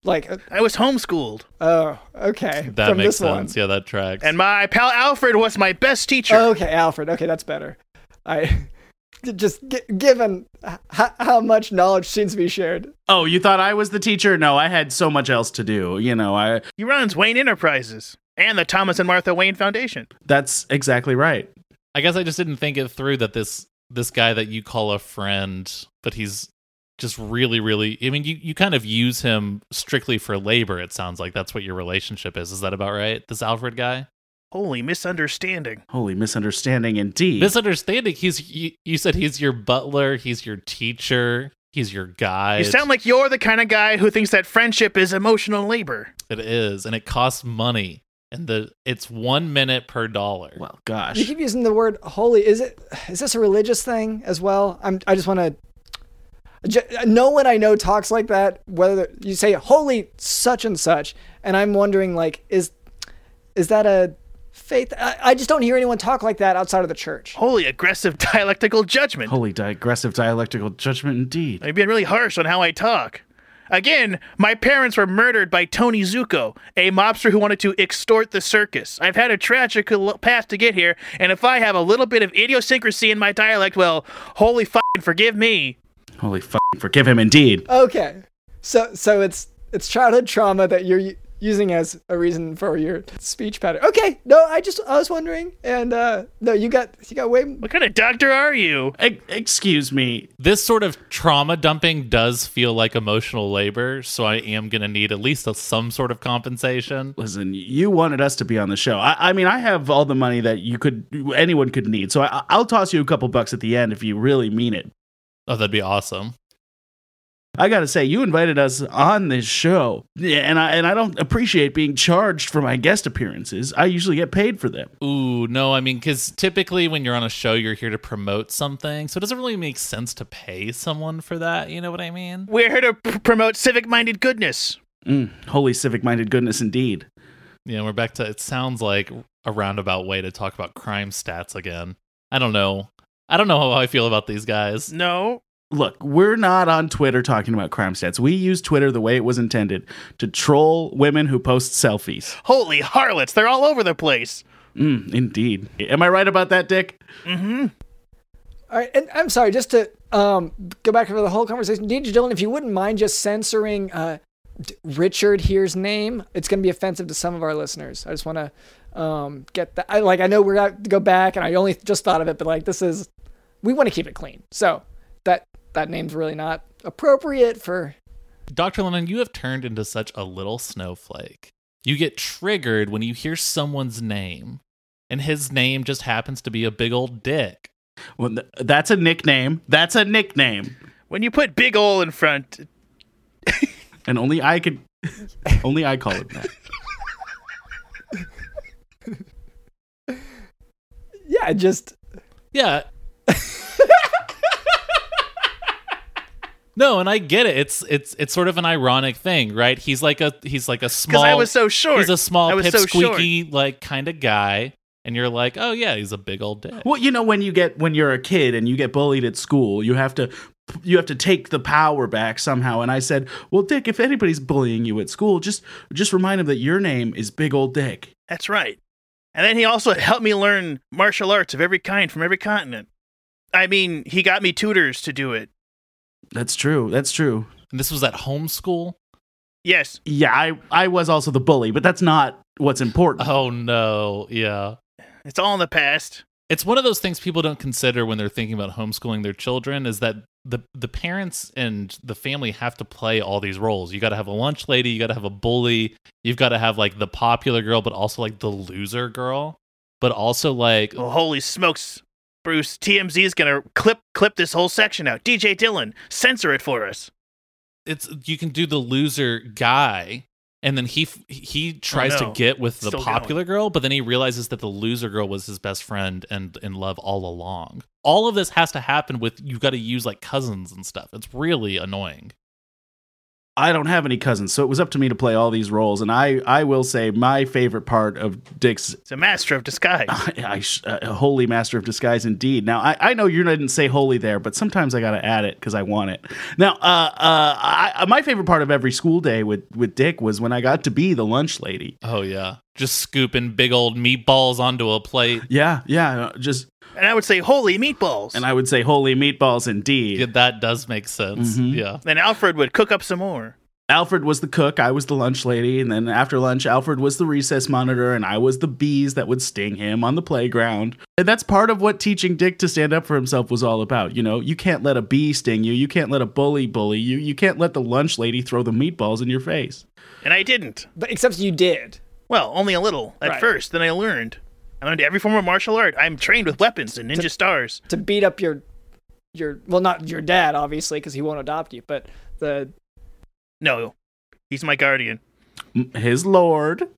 S3: Like, uh,
S7: I was homeschooled.
S3: oh, okay,
S5: That
S3: from
S5: makes
S3: this one.
S5: sense. Yeah, that tracks.
S7: And my pal Alfred was my best teacher.
S3: Oh, Okay, Alfred. Okay, that's better. I just gi- given h- how much knowledge seems to be shared.
S6: oh, you thought I was the teacher? No, I had so much else to do. You know, I
S7: He runs Wayne Enterprises and the Thomas and Martha Wayne Foundation.
S6: that's exactly right.
S5: I guess I just didn't think it through that this this guy that you call a friend, but he's just really, really. I mean, you you kind of use him strictly for labor. It sounds like that's what your relationship is. Is that about right? This Alfred guy
S7: Holy misunderstanding.
S6: Holy misunderstanding indeed.
S5: misunderstanding. He's you, you said he's your butler. He's your teacher. He's your guide.
S7: You sound like you're the kind of guy who thinks that friendship is emotional labor.
S5: it is, and it costs money. And the it's one minute per dollar.
S6: well,
S3: You
S6: gosh.
S3: keep using the word holy. Is it? Is this a religious thing as well? I'm. I just want to. No one I know talks like that. Whether you say holy such and such, and I'm wondering like, is is that a faith? I, I just don't hear anyone talk like that outside of the church.
S7: Holy aggressive dialectical judgment.
S6: Holy digressive dialectical judgment indeed.
S7: I've been really harsh on how I talk. Again, my parents were murdered by Tony Zuko, a mobster who wanted to extort the circus. I've had a tragic l- path to get here, and if I have a little bit of idiosyncrasy in my dialect, well, holy fucking forgive me.
S6: Holy fuck, forgive him indeed.
S3: Okay. So so it's it's childhood trauma that you're u- using as a reason for your speech pattern. Okay. No, I just I was wondering and uh no, you got you got way
S7: What kind of doctor are you?
S6: E- excuse me.
S5: This sort of trauma dumping does feel like emotional labor, so I am going to need at least a, some sort of compensation.
S6: Listen, you wanted us to be on the show. I, I mean, I have all the money that you could, anyone could need. So I, I'll toss you a couple bucks at the end if you really mean it.
S5: Oh, that'd be awesome.
S6: I gotta say, you invited us on this show, Yeah, and I and I don't appreciate being charged for my guest appearances. I usually get paid for them.
S5: Ooh, no, I mean, because typically when you're on a show, you're here to promote something, so it doesn't really make sense to pay someone for that. You know what I mean?
S7: We're here to pr- promote civic minded goodness.
S6: Mm, holy civic-minded goodness, indeed.
S5: Yeah, we're back to it sounds like a roundabout way to talk about crime stats again. I don't know. I don't know how I feel about these guys.
S7: No.
S6: Look, we're not on Twitter talking about crime stats. We use Twitter the way it was intended to troll women who post selfies.
S7: Holy harlots, they're all over the place.
S6: Mm, indeed. Am I right about that, Dick?
S3: All right, and I'm sorry, just to um, go back over the whole conversation, DJ Dylan, if you wouldn't mind just censoring uh, D- Richard here's name, it's going to be offensive to some of our listeners. I just want to um, get that. I, like, I know we're going to go back, and I only just thought of it, but like, this is we want to keep it clean, so that that name's really not appropriate for.
S5: Dr. Lennon, you have turned into such a little snowflake. You get triggered when you hear someone's name, and his name just happens to be a big old dick.
S6: Well, th- that's a nickname. That's a nickname,
S7: When you put big ol' in front,
S6: and only I could. only I call it that.
S3: Yeah, just
S5: Yeah. no, and I get it. It's it's it's sort of an ironic thing, right? He's like a he's like a small
S7: because I was so short.
S5: he's a
S7: I
S5: small
S7: was so
S5: pipsqueaky like kind of guy, and you're like, oh yeah, he's a big old dick.
S6: Well, you know when you get when you're a kid and you get bullied at school, you have to you have to take the power back somehow. And I said, "Well, Dick, if anybody's bullying you at school, just just remind them that your name is Big Old Dick."
S7: That's right. And then he also helped me learn martial arts of every kind from every continent. I mean, he got me tutors to do it.
S6: That's true. That's true.
S5: And this was at home school.
S7: Yes.
S6: Yeah, I I was also the bully, but that's not what's important.
S5: Oh no, yeah.
S7: It's all in the past.
S5: it's one of those things people don't consider when they're thinking about homeschooling their children is that the the parents and the family have to play all these roles. You got to have a lunch lady, you got to have a bully, you've got to have like the popular girl but also like the loser girl, but also like
S7: Oh, holy smokes. Bruce, TMZ is going to clip clip this whole section out. DJ Dylan, censor it for us.
S5: it's you can do the loser guy and then he f- he tries
S7: no.
S5: to get with the
S7: Still
S5: popular girl but then he realizes that the loser girl was his best friend and in love all along all of this has to happen with you've got to use like cousins and stuff it's really annoying
S6: I don't have any cousins, so it was up to me to play all these roles. And I I will say my favorite part of Dick's
S7: It's a master of disguise.
S6: I, I sh- a holy master of disguise indeed. Now I, I know you didn't say holy there, but sometimes I gotta add it because I want it. Now, uh, uh, I, I- my favorite part of every school day with with Dick was when I got to be the lunch lady.
S5: Oh yeah, just scooping big old meatballs onto a plate.
S6: Yeah, yeah, uh, just
S7: and I would say, holy meatballs.
S6: and I would say holy meatballs
S5: Yeah,
S6: indeed.
S5: that does make sense.
S6: Mhm.
S5: Yeah,
S7: then Alfred would cook up some more.
S6: Alfred was the cook, I was the lunch lady, and then after lunch, Alfred was the recess monitor, and I was the bees that would sting him on the playground. And that's part of what teaching Dick to stand up for himself was all about. You know, you can't let a bee sting you, you can't let a bully bully you, you can't let the lunch lady throw the meatballs in your face.
S7: And I didn't.
S3: but except you did.
S7: Well, only a little at
S3: Right.
S7: first. Then I learned. I learned every form of martial art. I'm trained with weapons and ninja stars.
S3: to beat up your your well not your dad obviously because he won't adopt you but the
S7: No, he's my guardian.
S6: M- His lord.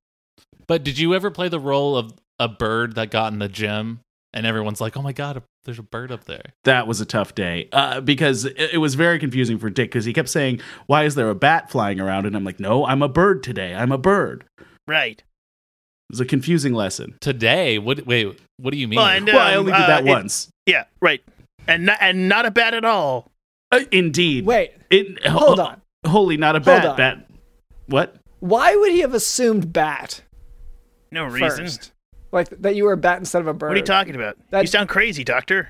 S5: but did you ever play the role of a bird that got in the gym and everyone's like, "Oh my god, there's a bird up there."
S6: That was a tough day uh, because it, it was very confusing for Dick because he kept saying, Why is there a bat flying around? And I'm like, No, I'm a bird today. I'm a bird.
S7: Right.
S6: It was a confusing lesson.
S5: Today, what? Wait, what do you mean?
S7: Well, and,
S6: well, I
S7: um,
S6: only did
S7: uh,
S6: that
S7: it-
S6: once.
S7: Yeah, right. And not, and not a bat at all.
S6: Uh, indeed.
S3: wait
S6: It,
S3: hold on
S6: holy, not a
S3: Hold
S6: bat.
S3: on.
S6: Bat. What?
S3: Why would he have assumed bat
S7: No reason.
S3: first? Like that you were a bat instead of a bird.
S7: What are you talking about?
S3: That-
S7: You sound crazy, doctor.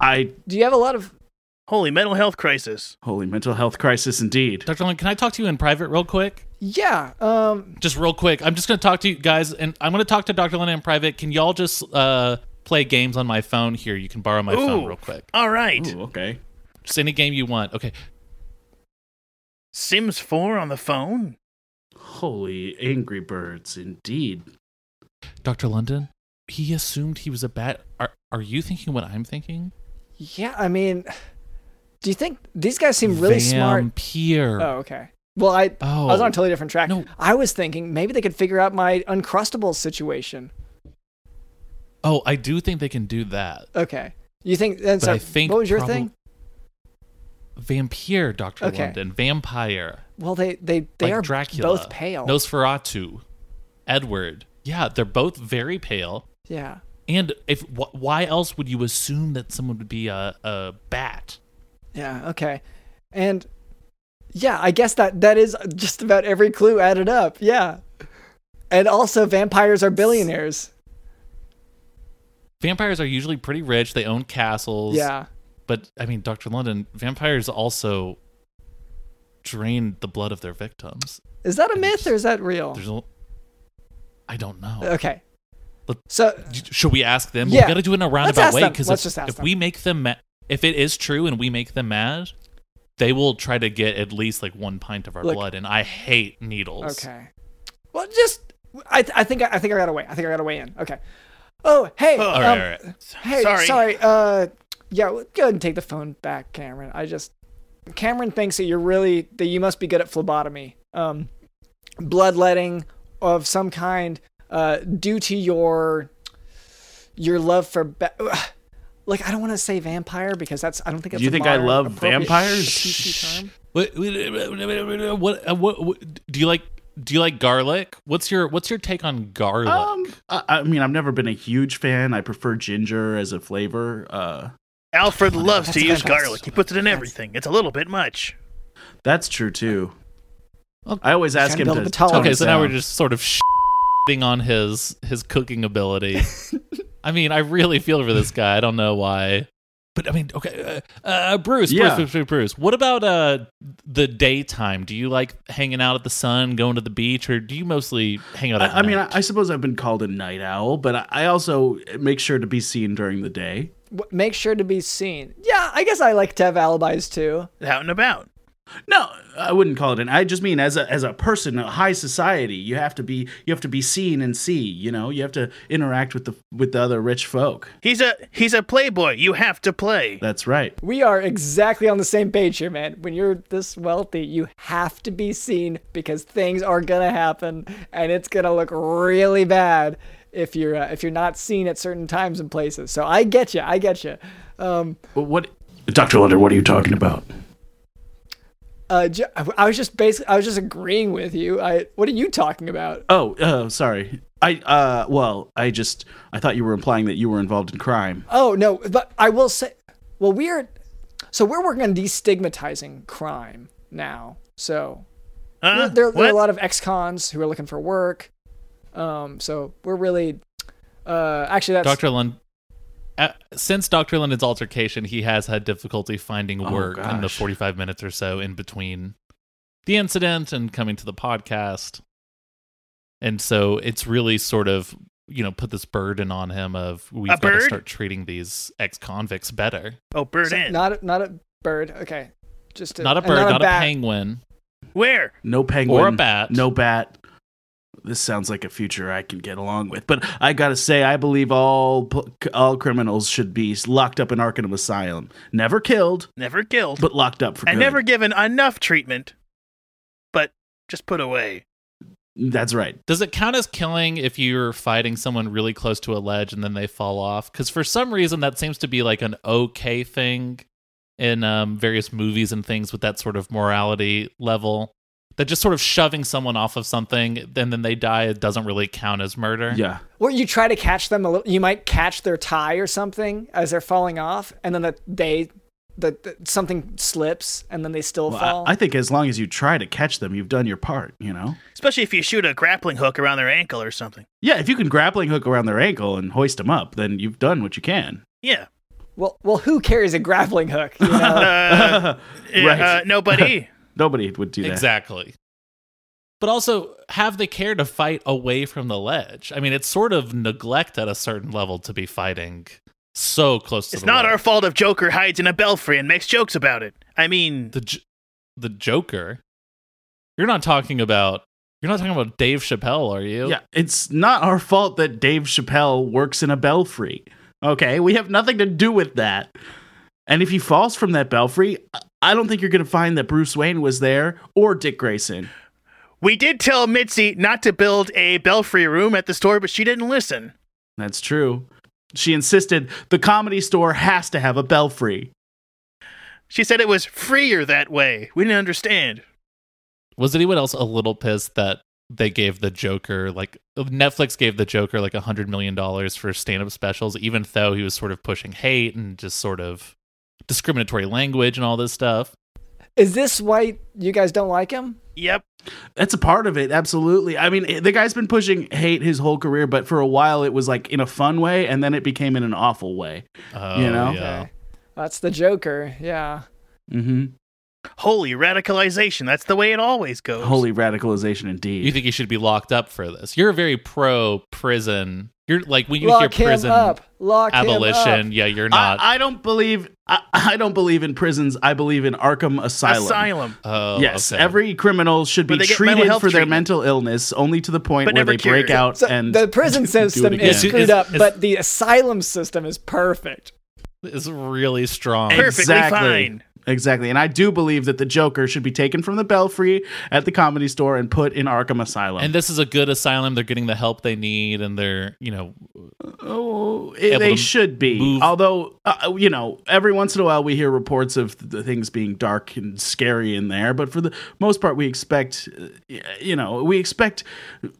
S6: I
S3: Do you have a lot of?
S7: Holy mental health crisis.
S6: holy mental health crisis indeed.
S5: Dr. Lund, can I talk to you in private real quick?
S3: Yeah. Um.
S5: Just real quick. I'm just going to talk to you guys, and I'm going to talk to Dr. Lund in private. Can y'all just uh, play games on my phone here? You can borrow my phone
S7: Ooh.
S5: real quick.
S7: All right.
S6: Ooh, okay.
S5: Just any game you want. Okay.
S7: Sims 4 on the phone?
S6: Holy Angry Birds indeed.
S5: Dr. London, he assumed he was a bat. Are, are you thinking what I'm thinking?
S3: Yeah. I mean, do you think these guys seem really smart?
S5: Vampire.
S3: Oh, okay. Well, I I was
S5: Oh.
S3: on a totally different track.
S5: No.
S3: I was thinking maybe they could figure out my uncrustables situation.
S5: Oh, I do think they can do that.
S3: Okay. You think? And
S5: But
S3: so,
S5: I think
S3: what was your
S5: probab-
S3: thing?
S5: Vampire, Dr.
S3: Okay.
S5: London. Vampire.
S3: Well, they they they
S5: like
S3: are
S5: Dracula.
S3: both pale.
S5: Nosferatu. Edward. Yeah, they're both very pale.
S3: Yeah.
S5: And if wh- why else would you assume that someone would be a, a bat?
S3: Yeah. Okay. And yeah, I guess that that is just about every clue added up. Yeah. And also, vampires are billionaires.
S5: Vampires are usually pretty rich. They own castles.
S3: Yeah.
S5: But I mean, Dr. London, vampires also drain the blood of their victims.
S3: Is that a myth or is that real?
S5: There's no, I don't know.
S3: Okay.
S5: Let-
S3: So
S5: Should we ask them?
S3: Yeah.
S5: We've got to do it in a
S3: ask
S5: roundabout way
S3: them.
S5: because
S3: Let's
S5: if,
S3: just ask
S5: if
S3: them.
S5: we make them mad, if it is true and we make them mad, they will try to get at least like one pint of our
S3: Look-
S5: blood. And I hate needles.
S3: okay. Well, just I I think I think I got to weigh. I think I got to weigh in. Okay. Oh hey.
S5: All
S3: um,
S5: right, all right.
S3: Hey,
S7: Sorry.
S3: sorry. Uh, yeah, well, go ahead and take the phone back, Cameron. I just Cameron thinks that you're really that you must be good at phlebotomy, um, bloodletting of some kind, uh, due to your your love for. Ba- like I don't want to say vampire because that's I don't think that's
S6: You
S3: a
S6: think I
S3: modern,
S6: love
S3: appropriate
S6: vampires?
S3: PC term.
S5: What, what, what, what, what- do you like? Do you like garlic? What's your What's your take on garlic?
S3: Oh,
S6: Um, I, I mean, I've never been a huge fan. I prefer ginger as a flavor. Uh,
S7: Alfred loves to
S3: Oh, that's
S7: use
S3: fantastic.
S7: garlic. He puts it in everything. It's a little bit much.
S6: that's true too.
S5: Well,
S6: I always ask
S3: trying to
S6: him
S3: build
S6: to.
S3: up a tolerance.
S6: tone
S5: okay,
S6: it
S5: so now we're
S6: down.
S5: just sort of shitting on his his cooking ability. I mean, I really feel for this guy. I don't know why, but I mean, okay, uh, uh, Bruce,
S6: Yeah.
S5: Bruce, Bruce, Bruce, Bruce. What about uh the daytime? Do you like hanging out at the sun, going to the beach, or do you mostly hang out? At
S6: I, I mean, I,
S5: night?
S6: I suppose I've been called a night owl, but I, I also make sure to be seen during the day.
S3: W- Make sure to be seen. Yeah, I guess I like to have alibis too.
S7: Out and about.
S6: No, I wouldn't call it an. I just mean as a as a person, a high society, you have to be you have to be seen and see. You know, you have to interact with the with the other rich folk.
S7: He's a he's a playboy. You have to play.
S6: That's right.
S3: We are exactly on the same page here, man. When you're this wealthy, you have to be seen because things are gonna happen, and it's gonna look really bad if you're uh, if you're not seen at certain times and places. So I get you, I get you. Um,
S6: But what, Doctor Lunder? What are you talking about?
S3: uh, ju- I I was just basically I was just agreeing with you. I what are you talking about?
S6: Oh, uh, sorry. I uh, well, I just I thought you were implying that you were involved in crime.
S3: Oh no, but I will say, well we're so we're working on destigmatizing crime now. So there,
S7: Huh?
S3: there are a
S7: What?
S3: lot of ex-cons who are looking for work. Um, so we're really, uh, actually that's
S5: Dr. Lund. Uh, since Dr. London's altercation, he has had difficulty finding
S6: Oh,
S5: work in the
S6: gosh.
S5: 45 minutes or so in between the incident and coming to the podcast. And so it's really sort of, you know, put this burden on him of we've got to
S7: bird?
S5: start treating these ex convicts better.
S7: Oh, bird
S3: so-
S7: in.
S3: not a, not a bird. Okay, just a,
S5: Not a
S3: and
S5: bird, not, a,
S3: bat.
S5: penguin.
S7: Where?
S6: No penguin
S5: Or a bat.
S6: No bat. This sounds like a future I can get along with, but I gotta say, I believe all p- all criminals should be locked up in Arkham Asylum, never killed,
S7: Never killed.
S6: but locked up for
S7: and
S6: good.
S7: never given enough treatment. But just put away.
S6: That's right.
S5: Does it count as killing if you're fighting someone really close to a ledge and then they fall off? Because for some reason that seems to be like an okay thing in um, various movies and things with that sort of morality level. That just sort of shoving someone off of something and then they die it doesn't really count as murder.
S6: Yeah.
S3: Or you try to catch them a little. You might catch their tie or something as they're falling off, and then the, they that that something slips and then they still
S6: Well,
S3: fall.
S6: I, I think as long as you try to catch them, you've done your part, you know?
S7: Especially if you shoot a grappling hook around their ankle or something.
S6: Yeah, if you can grappling hook around their ankle and hoist them up, then you've done what you can.
S7: Yeah.
S3: well, well, who carries a grappling hook? You know?
S7: Uh, yeah,
S6: Right.
S7: uh, nobody.
S6: Nobody would do that.
S5: Exactly. But also, have they care to fight away from the ledge? I mean, it's sort of neglect at a certain level to be fighting so close to
S7: It's
S5: the
S7: not
S5: ledge.
S7: our fault if Joker hides in a belfry and makes jokes about it. I mean,
S5: the J- the Joker. You're not talking about you're not talking about Dave Chappelle, are you?
S6: Yeah, it's not our fault that Dave Chappelle works in a belfry. Okay, we have nothing to do with that. And if he falls from that belfry, I- I don't think you're going to find that Bruce Wayne was there or Dick Grayson.
S7: we did tell Mitzi not to build a belfry room at the store, but she didn't listen.
S6: That's true. She insisted the comedy store has to have a belfry.
S7: She said it was freer that way. We didn't understand.
S5: Was anyone else a little pissed that they gave the Joker like Netflix gave the Joker like a hundred million dollars for stand up specials, even though he was sort of pushing hate and just sort of discriminatory language and all this stuff?
S3: Is this why you guys don't like him?
S7: Yep.
S6: That's a part of it, absolutely. I mean, it- the guy's been pushing hate his whole career, but for a while it was like in a fun way, and then it became in an awful way.
S5: Oh,
S6: You know?
S5: yeah.
S3: That's the Joker. Yeah.
S6: hmm
S7: Holy radicalization. That's the way it always goes.
S6: Holy radicalization, indeed.
S5: You think he should be locked up for this? You're very pro prison. You're like when you hear
S3: Lock him
S5: prison
S3: up. Lock him
S5: abolition,
S3: up.
S5: yeah, you're not.
S6: I, I don't believe. I, I don't believe in prisons. I believe in Arkham Asylum.
S7: Asylum.
S5: oh,
S6: yes,
S5: okay.
S6: every criminal should be
S7: But they get mental
S6: treated for
S7: health
S6: their
S7: treatment.
S6: mental illness only to the point
S7: But
S6: where
S7: never
S6: they break
S7: cured.
S6: out
S3: So
S6: and
S3: the prison system
S6: again.
S3: is screwed
S5: It's-
S3: up,
S5: it's-
S3: but the asylum system is perfect.
S5: is really strong.
S7: Perfectly
S6: Oh, Exactly.
S7: fine.
S6: Exactly. And I do believe that the Joker should be taken from the Belfry at the comedy store and put in Arkham Asylum.
S5: and this is a good asylum. They're getting the help they need, and they're you know
S6: Oh,
S5: able
S6: it, they
S5: to
S6: should be.
S5: move-
S6: Although, uh, you know, every once in a while we hear reports of the things being dark and scary in there, but for the most part, we expect, uh, y- you know, we expect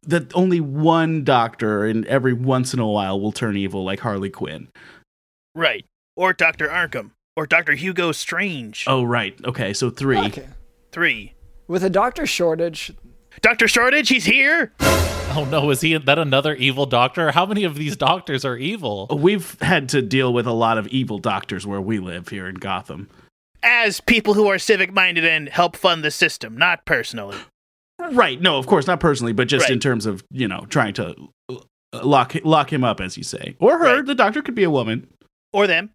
S6: that only one doctor in every once in a while will turn evil, like Harley Quinn.
S7: Right. Or Dr. Arkham. Or Dr. Hugo Strange.
S6: Oh, right. Okay, so three.
S3: Okay.
S7: Three.
S3: With a doctor shortage,
S7: Dr. Shortage, he's here.
S5: oh no, is he that another evil doctor? How many of these doctors are
S3: Oh.
S5: evil?
S6: We've had to deal with a lot of evil doctors where we live here in Gotham.
S7: As people who are civic minded and help fund the system, not personally.
S6: Right. No, of course not personally, but just
S7: Right.
S6: in terms of you know trying to uh, lock lock him up, as you say, or her.
S7: Right.
S6: The doctor could be a woman
S7: Or them.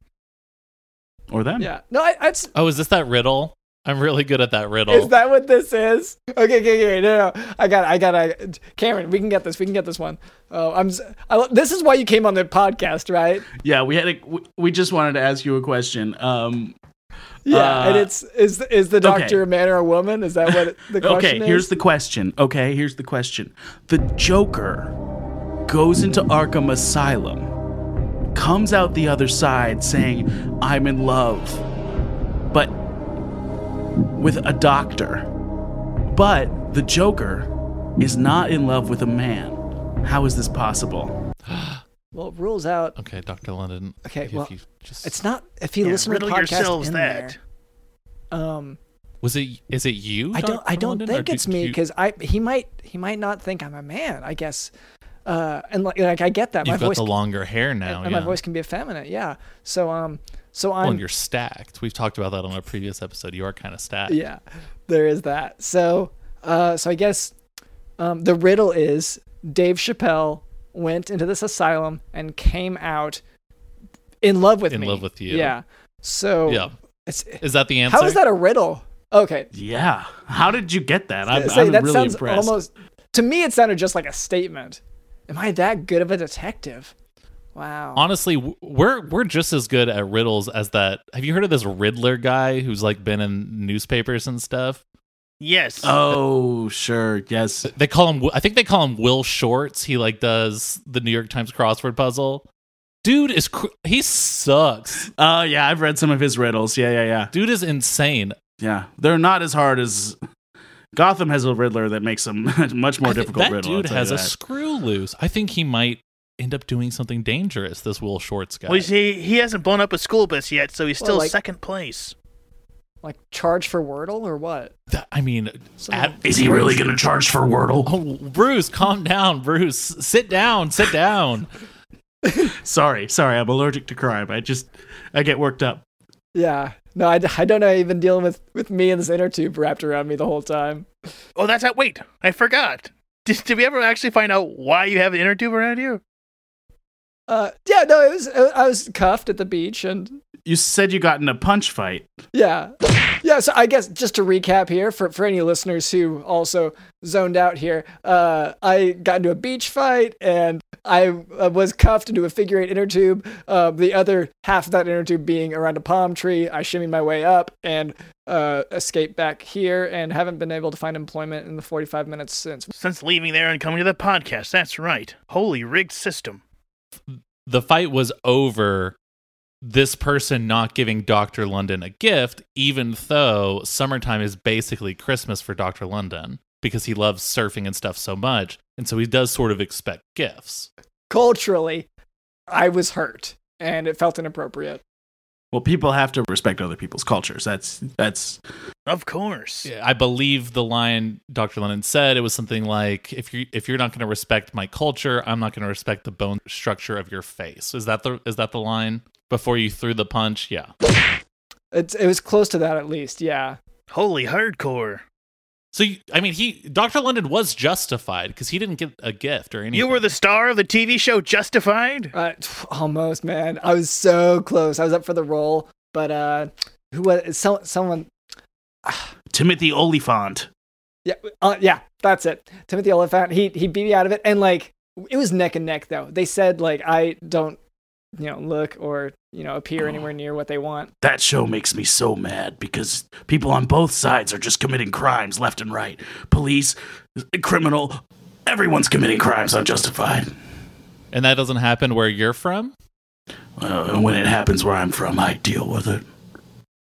S6: or them.
S3: yeah. No, I, I'd, s-
S5: Oh, is this that riddle? I'm really good at that riddle.
S3: Is that what this is? Okay, okay, okay. No, no, I got, I got, I, Cameron, we can get this. We can get this one. Oh, I'm. s- I, lo- this is why you came on the podcast, right?
S6: Yeah, we had a, we- we just wanted to ask you a question. Um,
S3: Yeah.
S6: Uh,
S3: and it's is is the
S6: okay.
S3: doctor a man or a woman? Is that what it- the question
S6: okay,
S3: is?
S6: here's the question. Okay, here's the question. The Joker goes into Arkham Asylum, comes out the other side saying, "I'm in love," but with a doctor. But the Joker is not in love with a man. How is this possible?
S3: well, it rules out.
S5: okay, Doctor London.
S3: Okay,
S5: if
S3: well,
S5: you just,
S3: It's not if you
S7: Yeah,
S3: listen to the
S7: riddle
S3: podcast
S7: yourselves
S3: in
S7: that.
S3: there. Um,
S5: was it is it you?
S3: I don't, I
S5: Dr.
S3: don't
S5: London, or
S3: think
S5: do-
S3: it's
S5: do
S3: me
S5: you-
S3: because I he might he might not think I'm a man. I guess. Uh, and like, like I get that my
S5: you've got
S3: voice
S5: the longer hair now.
S3: and
S5: yeah.
S3: my voice can be effeminate. Yeah. So um, so
S5: Well, and
S3: I'm
S5: you're stacked. We've talked about that on a previous episode. You are kind of stacked.
S3: yeah there is that so uh so i guess um the riddle is dave chappelle went into this asylum and came out in love with
S5: In
S3: me
S5: love with you.
S3: yeah so
S5: Yeah.
S3: it's,
S5: Is that the answer?
S3: how is that a riddle okay
S6: Yeah, how did you get that? I'm,
S3: say,
S6: I'm
S3: that
S6: really
S3: sounds
S6: impressed.
S3: almost to me it sounded just like a statement am i that good of a detective wow
S5: honestly w- we're we're just as good at riddles as that have you heard of this riddler guy who's like been in newspapers and stuff
S7: Yes.
S6: oh, sure. Yes.
S5: they call him i think they call him will shorts he like does the new york times crossword puzzle dude is cr- he sucks
S6: Oh, yeah, I've read some of his riddles. Yeah, yeah, yeah.
S5: dude is insane
S6: Yeah, they're not as hard as Gotham has a Riddler that makes them much more
S5: I thi-
S6: difficult.
S5: that
S6: riddle, I'll
S5: dude
S6: tell you
S5: has a
S6: that.
S5: screw loose i think he might end up doing something dangerous. This Will Shorts guy.
S7: Well, he he hasn't blown up a school bus yet, so he's
S3: Well,
S7: still
S3: like-
S7: second place.
S3: Like charge for Wordle or what?
S5: That- I mean,
S3: Someone-
S5: at-
S6: Is he really going to charge for Wordle?
S5: Oh, Bruce, calm down, Bruce. Sit down, sit down.
S6: Sorry, sorry, I'm allergic to crime. I just I get worked up.
S3: Yeah. No, I, d- I don't know. You've been dealing with, with me and this inner tube wrapped around me the whole time.
S7: Oh, that's how. Wait, I forgot. Did, did we ever actually find out why you have an inner tube around you?
S3: Uh, yeah, no, it was I was cuffed at the beach, and
S6: You said you got in a punch fight.
S3: yeah, yeah. So I guess just to recap here for for any listeners who also zoned out here, uh, I got into a beach fight, and I uh, was cuffed into a figure eight inner tube. Uh, the other half of that inner tube being around a palm tree. I shimmied my way up and uh, escaped back here, and haven't been able to find employment in the forty five minutes since.
S7: Since leaving there and coming to the podcast, that's right. Holy rigged system.
S5: The fight was over. This person not giving Dr. London a gift, even though summertime is basically Christmas for Dr. London because he loves surfing and stuff so much. And so he does sort of expect gifts.
S3: Culturally, I was hurt, and it felt inappropriate.
S6: Well, people have to respect other people's cultures. That's that's
S7: Of course.
S5: I believe the line Dr. London said it was something like if you if you're not going to respect my culture, I'm not going to respect the bone structure of your face. Is that the is that the line before you threw the punch? Yeah.
S3: It's, it was close to that at least, yeah.
S7: Holy hardcore.
S5: So you, I mean, he Dr. London was justified because he didn't get a gift or anything.
S7: You were the star of the TV show Justified?
S3: Uh, almost, man. I was so close. I was up for the role, but uh, who was so, someone?
S6: Timothy Oliphant.
S3: Yeah, uh, yeah, that's it. Timothy Oliphant. He he beat me out of it, and like it was neck and neck though. They said like I don't, you know, look or you know
S7: Oh.
S3: appear anywhere near what they want.
S6: That show makes me so mad because people on both sides are just committing crimes left and right. Police, criminal, everyone's committing crimes unjustified.
S5: and that doesn't happen where you're from.
S6: Uh, and when it happens where I'm from, I deal with it.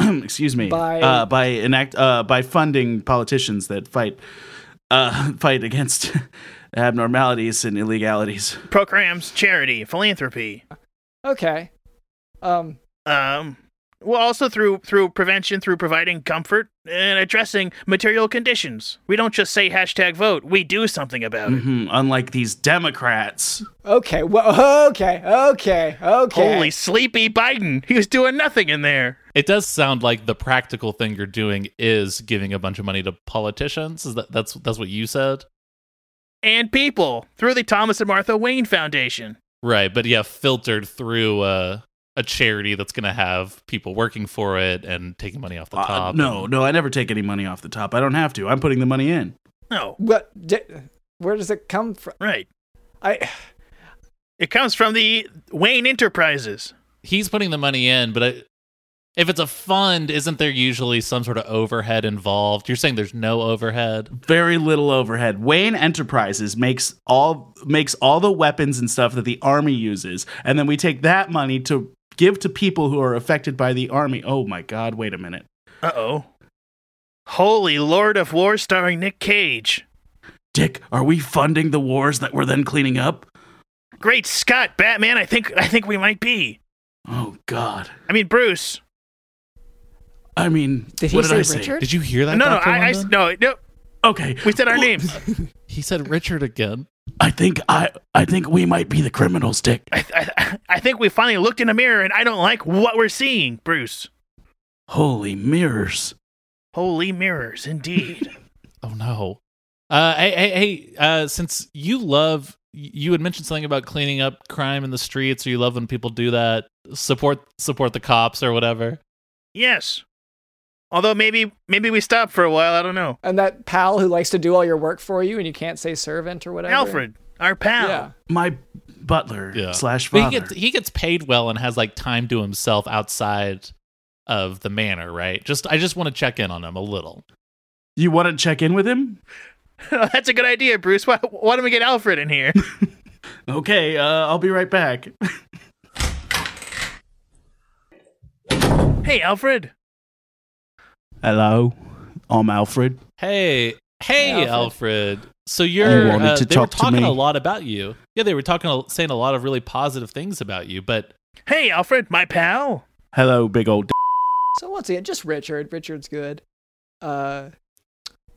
S6: Excuse me.
S3: By-
S6: uh, by enact uh, by funding politicians that fight uh, fight against abnormalities and illegalities.
S7: Programs, charity, philanthropy.
S3: Okay, um,
S7: Um well also through through prevention, through providing comfort and addressing material conditions. We don't just say hashtag vote, we do something about it.
S6: Mhm, Unlike these Democrats.
S3: okay, well, okay, okay, okay.
S7: Holy sleepy Biden. He was doing nothing in there.
S5: It does sound like the practical thing you're doing is giving a bunch of money to politicians. Is that that's that's what you said?
S7: And people through the Thomas and Martha Wayne Foundation.
S5: Right, but yeah, filtered through a a charity that's going to have people working for it and taking money off the
S6: Uh,
S5: top.
S6: no, no, I never take any money off the top. I don't have to. I'm putting the money in.
S7: No,
S3: What? di where does it come from?
S7: Oh, right.
S3: I
S7: It comes from the Wayne Enterprises.
S5: He's putting the money in, but I, if it's a fund, isn't there usually some sort of overhead involved? You're saying there's no overhead.
S6: Very little overhead. Wayne Enterprises makes all makes all the weapons and stuff that the army uses, and then we take that money to give to people who are affected by the army. Oh my God! Wait a minute.
S7: Uh oh. Holy Lord of War starring Nick Cage.
S6: Dick, are we funding the wars that we're then cleaning up?
S7: Great Scott, Batman, I think I think we might be.
S6: Oh God!
S7: I mean Bruce.
S6: I mean,
S3: Did he
S6: what did
S3: say
S6: I say?
S3: Richard?
S5: Did you hear that?
S7: no, no,
S5: Dr.
S7: I, I
S5: London?
S7: no, no.
S6: Okay,
S7: We said our names.
S5: He said Richard again.
S6: I think I I think we might be the criminals, Dick.
S7: I, I, I think we finally looked in a mirror and I don't like what we're seeing, Bruce.
S6: Holy mirrors!
S7: Holy mirrors, indeed.
S5: Oh no. Uh, hey, hey, hey uh, since you love, you had mentioned something about cleaning up crime in the streets, or you love when people do that. Support, support the cops or whatever.
S7: yes. Although maybe maybe we stopped for a while, I don't know.
S3: and that pal who likes to do all your work for you, and you can't say servant or whatever.
S7: Alfred, our pal.
S3: Yeah.
S6: My butler
S5: Yeah.
S6: slash
S5: But he
S6: father.
S5: gets he gets paid well and has like time to himself outside of the manor, right? Just I just want to check in on him a little.
S6: you want to check in with him?
S7: That's a good idea, Bruce. Why, why don't we get Alfred in here?
S6: Okay, uh, I'll be right back.
S7: hey, Alfred.
S6: Hello, I'm Alfred.
S5: Hey, hey,
S3: Hey,
S5: Alfred. So you're
S6: You wanted
S5: uh,
S6: to
S5: they were
S6: talk to
S5: talking
S6: me?
S5: a lot about you. yeah, they were talking, saying a lot of really positive things about you, but
S7: Hey, Alfred, my pal.
S6: Hello, big old. D-
S3: So once again, just Richard. Richard's good. Uh,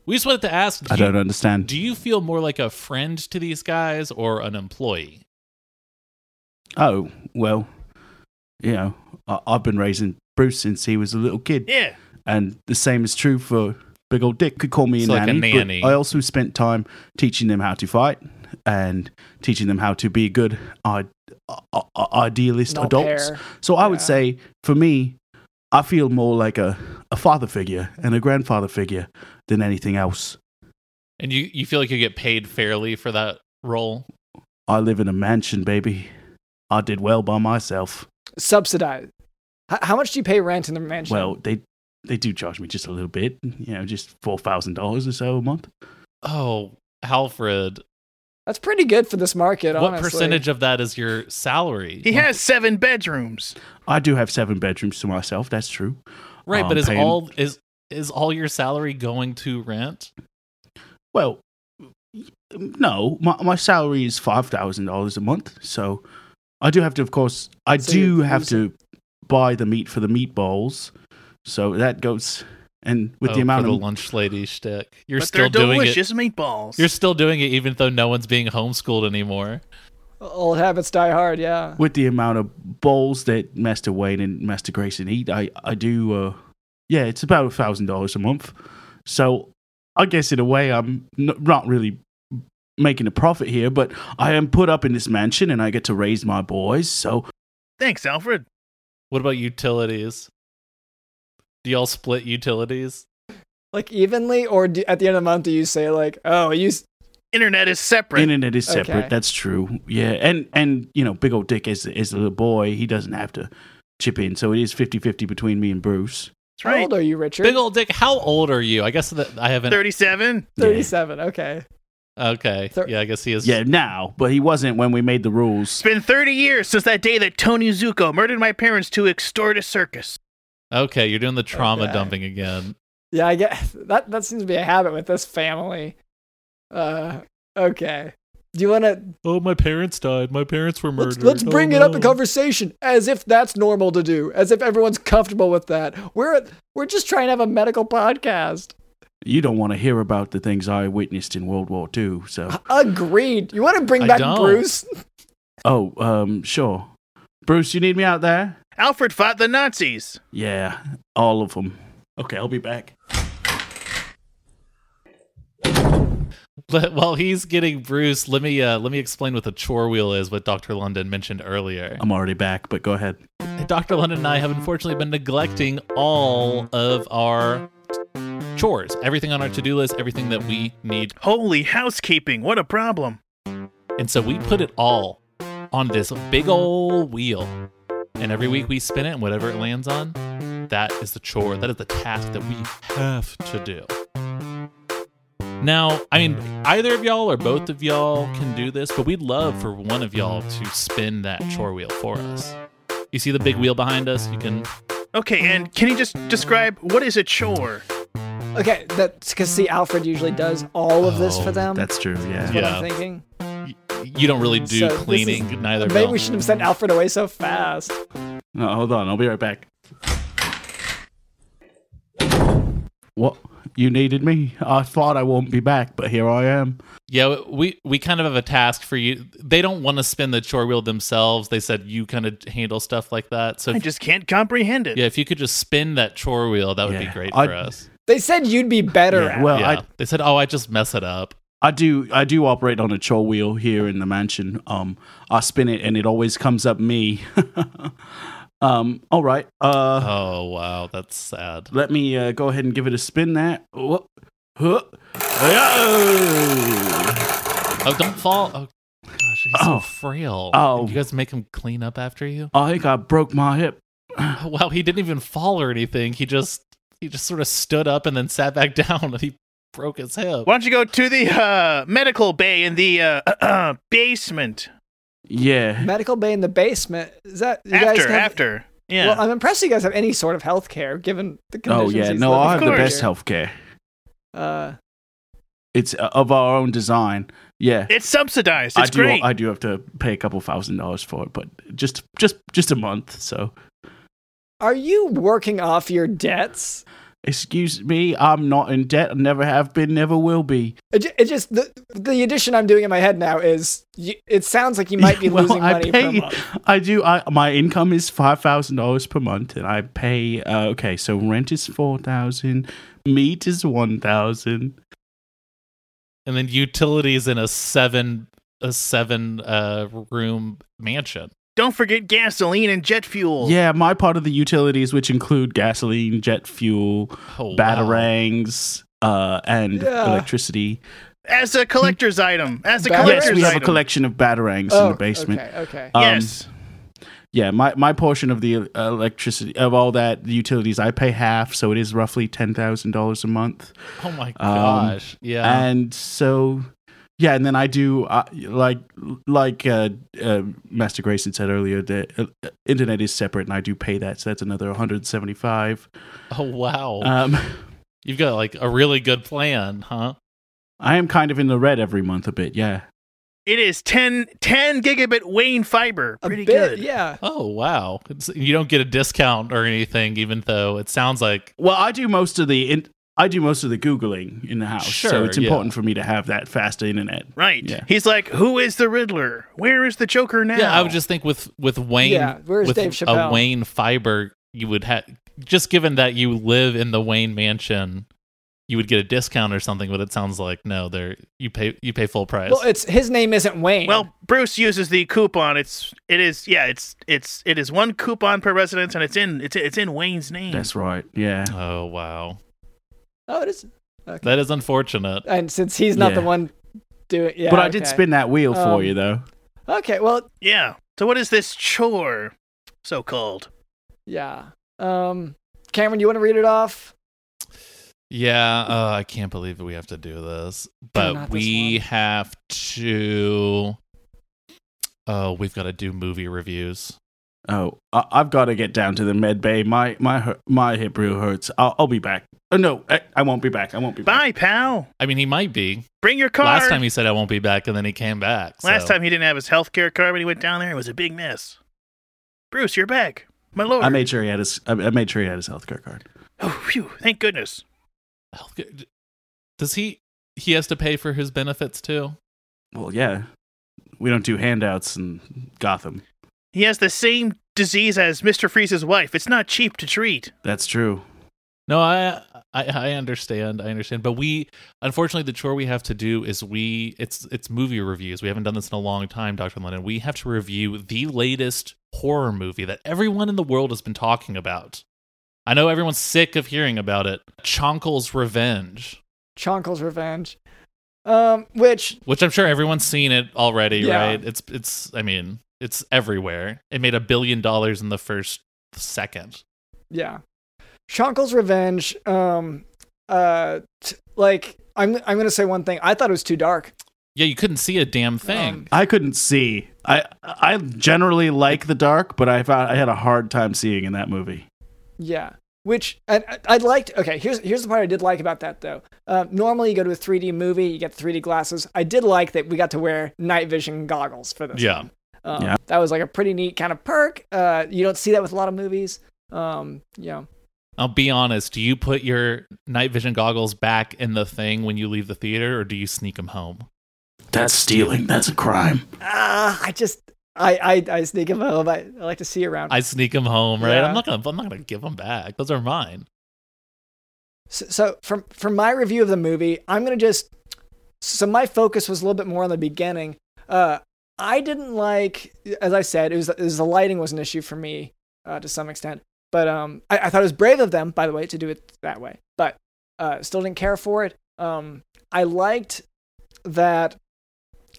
S5: we just wanted to ask
S6: I
S5: do you-
S6: don't understand.
S5: do you feel more like a friend to these guys or an employee?
S6: oh well, you know, I- I've been raising Bruce since he was a little kid,
S7: Yeah.
S6: and the same is true for big old Dick. Could call me a
S5: So like a
S6: nanny. but
S5: nanny.
S6: I also spent time teaching them how to fight and teaching them how to be good, I- I- I- idealist
S3: no
S6: adults.
S3: pair.
S6: So I would
S3: Yeah.
S6: say for me, I feel more like a, a father figure and a grandfather figure than anything else.
S5: And you, you feel like you get paid fairly for that role?
S6: I live in a mansion, baby. I did well by myself.
S3: Subsidized. H- how much do you pay rent in the mansion?
S6: Well, they they do charge me just a little bit, you know, just four thousand dollars or so a month.
S5: Oh, Alfred,
S3: that's pretty good for this market.
S5: what
S3: honestly.
S5: percentage of that is your salary?
S7: He has seven bedrooms.
S6: I do have seven bedrooms to myself. That's true.
S5: right, but
S6: um,
S5: is
S6: paying-
S5: all is is all your salary going to rent?
S6: Well, no, my my salary is five thousand dollars a month, so I do have to, of course, I
S3: So
S6: do
S3: you're
S6: have to buy the meat for the meatballs. So that goes, and with
S5: Oh,
S6: the amount
S5: for
S6: of
S5: the lunch lady shtick, you're
S7: but
S5: still
S7: they're
S5: doing it.
S7: delicious meatballs.
S5: You're still doing it, even though no one's being homeschooled anymore.
S3: Old habits die hard. Yeah.
S6: with the amount of bowls that Master Wayne and Master Grayson eat, I I do, uh, yeah, it's about a thousand dollars a month. So I guess in a way, I'm n- not really making a profit here, but I am put up in this mansion and I get to raise my boys. So
S7: Thanks, Alfred.
S5: What about utilities? Do y'all split utilities?
S3: Like evenly, or do, at the end of the month, do you say like, "Oh, you s-
S7: Internet is separate.
S6: Internet is separate.
S3: Okay.
S6: That's true. Yeah, and and you know, big old Dick is is a little boy. He doesn't have to chip in, so it is 50-50 between me and Bruce.
S7: That's
S3: how
S7: right.
S3: old are you, Richard?"
S5: Big old dick, how old are you? I guess that I haven't.
S7: 37.
S6: Yeah.
S3: Thirty-seven. Okay.
S5: Okay,
S3: Thir-
S5: yeah, I guess he is.
S6: Yeah, now, but he wasn't when we made the
S7: It's
S6: rules.
S7: been 30 years since that day that Tony Zuko murdered my parents to extort a circus.
S5: Okay, you're doing the trauma
S3: Okay.
S5: dumping again.
S3: Yeah, I get that. That seems to be a habit with this family. Uh, okay. Do you want to
S5: Oh, my parents died. My parents were
S3: let's, let's bring
S5: Oh,
S3: it up in conversation as if that's normal to do, as if everyone's comfortable with that. We're we're just trying to have a medical podcast.
S6: You don't want to hear about the things I witnessed in World War II. So,
S3: Agreed. You want to bring
S5: I
S3: back
S5: don't.
S3: Bruce?
S6: oh, um, sure. Bruce, you need me out there?
S7: Alfred fought the Nazis.
S6: Yeah, all of them. Okay, I'll be back.
S5: Let- while he's getting Bruce, let me uh, let me explain what the chore wheel is. What Doctor London mentioned earlier.
S3: Um,
S6: I'm already back, but go ahead.
S5: Dr. London and I have unfortunately been neglecting all of our chores, everything on our to do list, everything that we need.
S7: Holy housekeeping, what a problem.
S5: And so we put it all on this big old wheel. And every week we spin it, and whatever it lands on, that is the chore. That is the task that we have to do. Now, I mean, either of y'all or both of y'all can do this, but we'd love for one of y'all to spin that chore wheel for us. You see the big wheel behind us? You can
S7: Okay,
S5: Mm-hmm.
S7: and can you just describe what is a chore?
S3: Okay, that's because see, Alfred usually does all of this
S5: Oh,
S3: for them.
S6: That's true. Yeah.
S3: what
S5: yeah.
S3: I'm thinking.
S5: you don't really do
S3: So this is-
S5: cleaning. neither
S3: Maybe
S5: will.
S3: we shouldn't have sent Alfred away so fast.
S6: No, hold on. I'll be right back. What? You needed me? I thought I won't be back, but here I am.
S5: yeah, we we kind of have a task for you. They don't want to spin the chore wheel themselves. They said you kind of handle stuff like that. So
S7: I
S5: if,
S7: just can't comprehend it.
S5: yeah, if you could just spin that chore wheel, that would be
S6: Yeah,
S5: great
S6: I-
S5: for us.
S3: They said you'd be better.
S6: Yeah,
S3: at
S6: well,
S3: it.
S5: yeah,
S6: I-
S5: they said, oh, I just mess it up.
S6: I do I do operate on a chore wheel here in the mansion. Um I spin it and it always comes up me. um all right. Uh
S5: Oh wow, that's sad.
S6: let me uh, go ahead and give it a spin there. Whoop. Huh. Oh.
S5: Oh, don't fall. Oh gosh, he's so
S6: Oh.
S5: frail.
S6: Oh.
S5: you guys make him clean up after you.
S6: I think I broke my hip.
S5: Oh, wow, he didn't even fall or anything. He just he just sort of stood up and then sat back down, and he broke his hip.
S7: Why don't you go to the uh, medical bay in the uh, basement?
S6: Yeah.
S3: Medical bay in the basement. Is that you guys
S7: After,
S3: have-
S7: after. Yeah.
S3: Well, I'm impressed you guys have any sort of health care given the
S6: Oh
S3: conditions.
S6: yeah.
S3: he's
S6: No,
S3: living
S6: I have the
S7: course.
S6: best
S3: here.
S6: healthcare.
S3: Uh,
S6: It's uh, of our own design. Yeah.
S7: It's subsidized.
S6: I
S7: It's
S6: do
S7: great.
S6: I do have to pay a couple thousand dollars for it, but just just just a month, so
S3: Are you working off your debts?
S6: Excuse me, I'm not in debt. I never have been, never will be.
S3: It, ju- it just the the addition I'm doing in my head now is you, it sounds like you might be
S6: Well,
S3: losing
S6: I
S3: money per
S6: pay-
S3: month.
S6: I do. I, my income is five thousand dollars per month, and I pay. Uh, okay, so rent is four thousand, meat is one thousand.
S5: and then utilities in a seven a seven uh room mansion.
S7: Don't forget gasoline and jet fuel.
S6: Yeah, my part of the utilities, which include gasoline, jet fuel,
S5: Oh, wow.
S6: batarangs, uh, and
S3: Yeah.
S6: electricity.
S7: As a collector's item. As a
S3: Yes,
S7: collector's
S6: Yes, we have a
S7: item.
S6: collection of batarangs in the basement.
S3: okay, Oh, okay.
S6: Um,
S7: yes.
S6: yeah my, my portion of the uh, electricity of all that the utilities i pay half so it is roughly $10000 a month
S5: Oh my
S6: Um,
S5: gosh! yeah,
S6: and so yeah and then i do uh, like like uh, uh, master grayson said earlier the uh, uh, internet is separate and i do pay that so that's another 175
S5: oh wow!
S6: um,
S5: You've got like a really good plan, huh?
S6: i am kind of in the red every month a bit yeah
S7: It is 10, 10 gigabit Wayne fiber.
S3: A
S7: Pretty
S3: bit,
S7: good.
S3: yeah.
S5: Oh wow! It's, you don't get a discount or anything, even though it sounds like
S6: well i do most of the in- i do most of the googling in the house so
S5: Sure,
S6: it's
S5: yeah.
S6: important for me to have that fast internet
S7: Right.
S6: Yeah.
S7: He's like, who is the Riddler? Where is the Joker now?
S5: yeah. I would just think with with Wayne,
S3: Yeah, where's
S5: with
S3: Dave Chappelle?
S5: a Wayne fiber, you would have just given that you live in the Wayne mansion, you would get a discount or something. But it sounds like no, there you pay you pay full price.
S3: Well, it's his name isn't Wayne.
S7: Well, Bruce uses the coupon. It's it is yeah. It's it's it is one coupon per residence, and it's in it's it's in Wayne's name.
S6: that's right yeah
S5: oh wow,
S3: oh, it is.
S5: that is unfortunate.
S3: And since he's not the
S6: Yeah.
S3: one doing, yeah.
S6: but I did
S3: okay.
S6: spin that wheel for
S3: Um,
S6: you, though.
S3: Okay, well,
S7: yeah. So what is this chore, so called?
S3: yeah. Um, Cameron, you want to read it off?
S5: Yeah, uh, I can't believe we have to do this, but
S3: not this
S5: we
S3: one.
S5: have to. Oh, we've got to do movie reviews.
S6: Oh, I- I've got to get down to the med bay. My my hu- my hip real hurts. I'll, I'll be back. Oh, no, I, I won't be back. I won't be back.
S7: Bye, pal.
S5: I mean, he might be.
S7: Bring your card.
S5: Last time he said I won't be back, and then he came back. so-
S7: Last time he didn't have his health care card when he went down there. It was a big mess. Bruce, you're back, my lord.
S6: I made sure he had his. I I made sure he had his healthcare card.
S7: oh, phew! Thank goodness.
S5: Healthcare- does he? He has to pay for his benefits too.
S6: Well, yeah, we don't do handouts in Gotham.
S7: He has the same disease as Mister Freeze's wife. It's not cheap to treat.
S6: That's true.
S5: No, I, I I understand. I understand. But we unfortunately the chore we have to do is we it's it's movie reviews. We haven't done this in a long time, Dr. Lennon. We have to review the latest horror movie that everyone in the world has been talking about. I know everyone's sick of hearing about it. Chonkle's Revenge,
S3: Chonkle's Revenge. Um, which
S5: which I'm sure everyone's seen it already,
S3: Yeah.
S5: right? It's it's I mean, it's everywhere. It made a billion dollars in the first second.
S3: yeah, Chonkle's Revenge. Um, uh, t- like I'm I'm gonna say one thing. I thought it was too dark.
S5: Yeah, you couldn't see a damn thing.
S3: Um,
S6: I couldn't see. I I generally like the dark, but I found I had a hard time seeing in that movie.
S3: Yeah. Which and uh, I- I liked. Okay, here's here's the part I did like about that though. Uh, normally you go to a 3D movie, you get 3D glasses. I did like that we got to wear night vision goggles for this.
S5: yeah.
S3: one. Um,
S6: Yeah.
S3: That was like a pretty neat kind of perk. Uh, you don't see that with a lot of movies. Um, you know,
S5: I'll be honest. Do you put your night vision goggles back in the thing when you leave the theater, or do you sneak them home?
S6: That's stealing. That's a crime.
S3: ah, I just I I, I sneak them home. I, I like to see around.
S5: I sneak them home, right?
S3: Yeah.
S5: I'm not gonna. I'm not gonna give them back. Those are mine.
S3: So, so from from my review of the movie, I'm gonna just so my focus was a little bit more on the beginning. Uh, I didn't like, as I said, it was, it was the lighting was an issue for me uh, to some extent. But um, I, I thought it was brave of them, by the way, to do it that way. But uh, still didn't care for it. Um, I liked that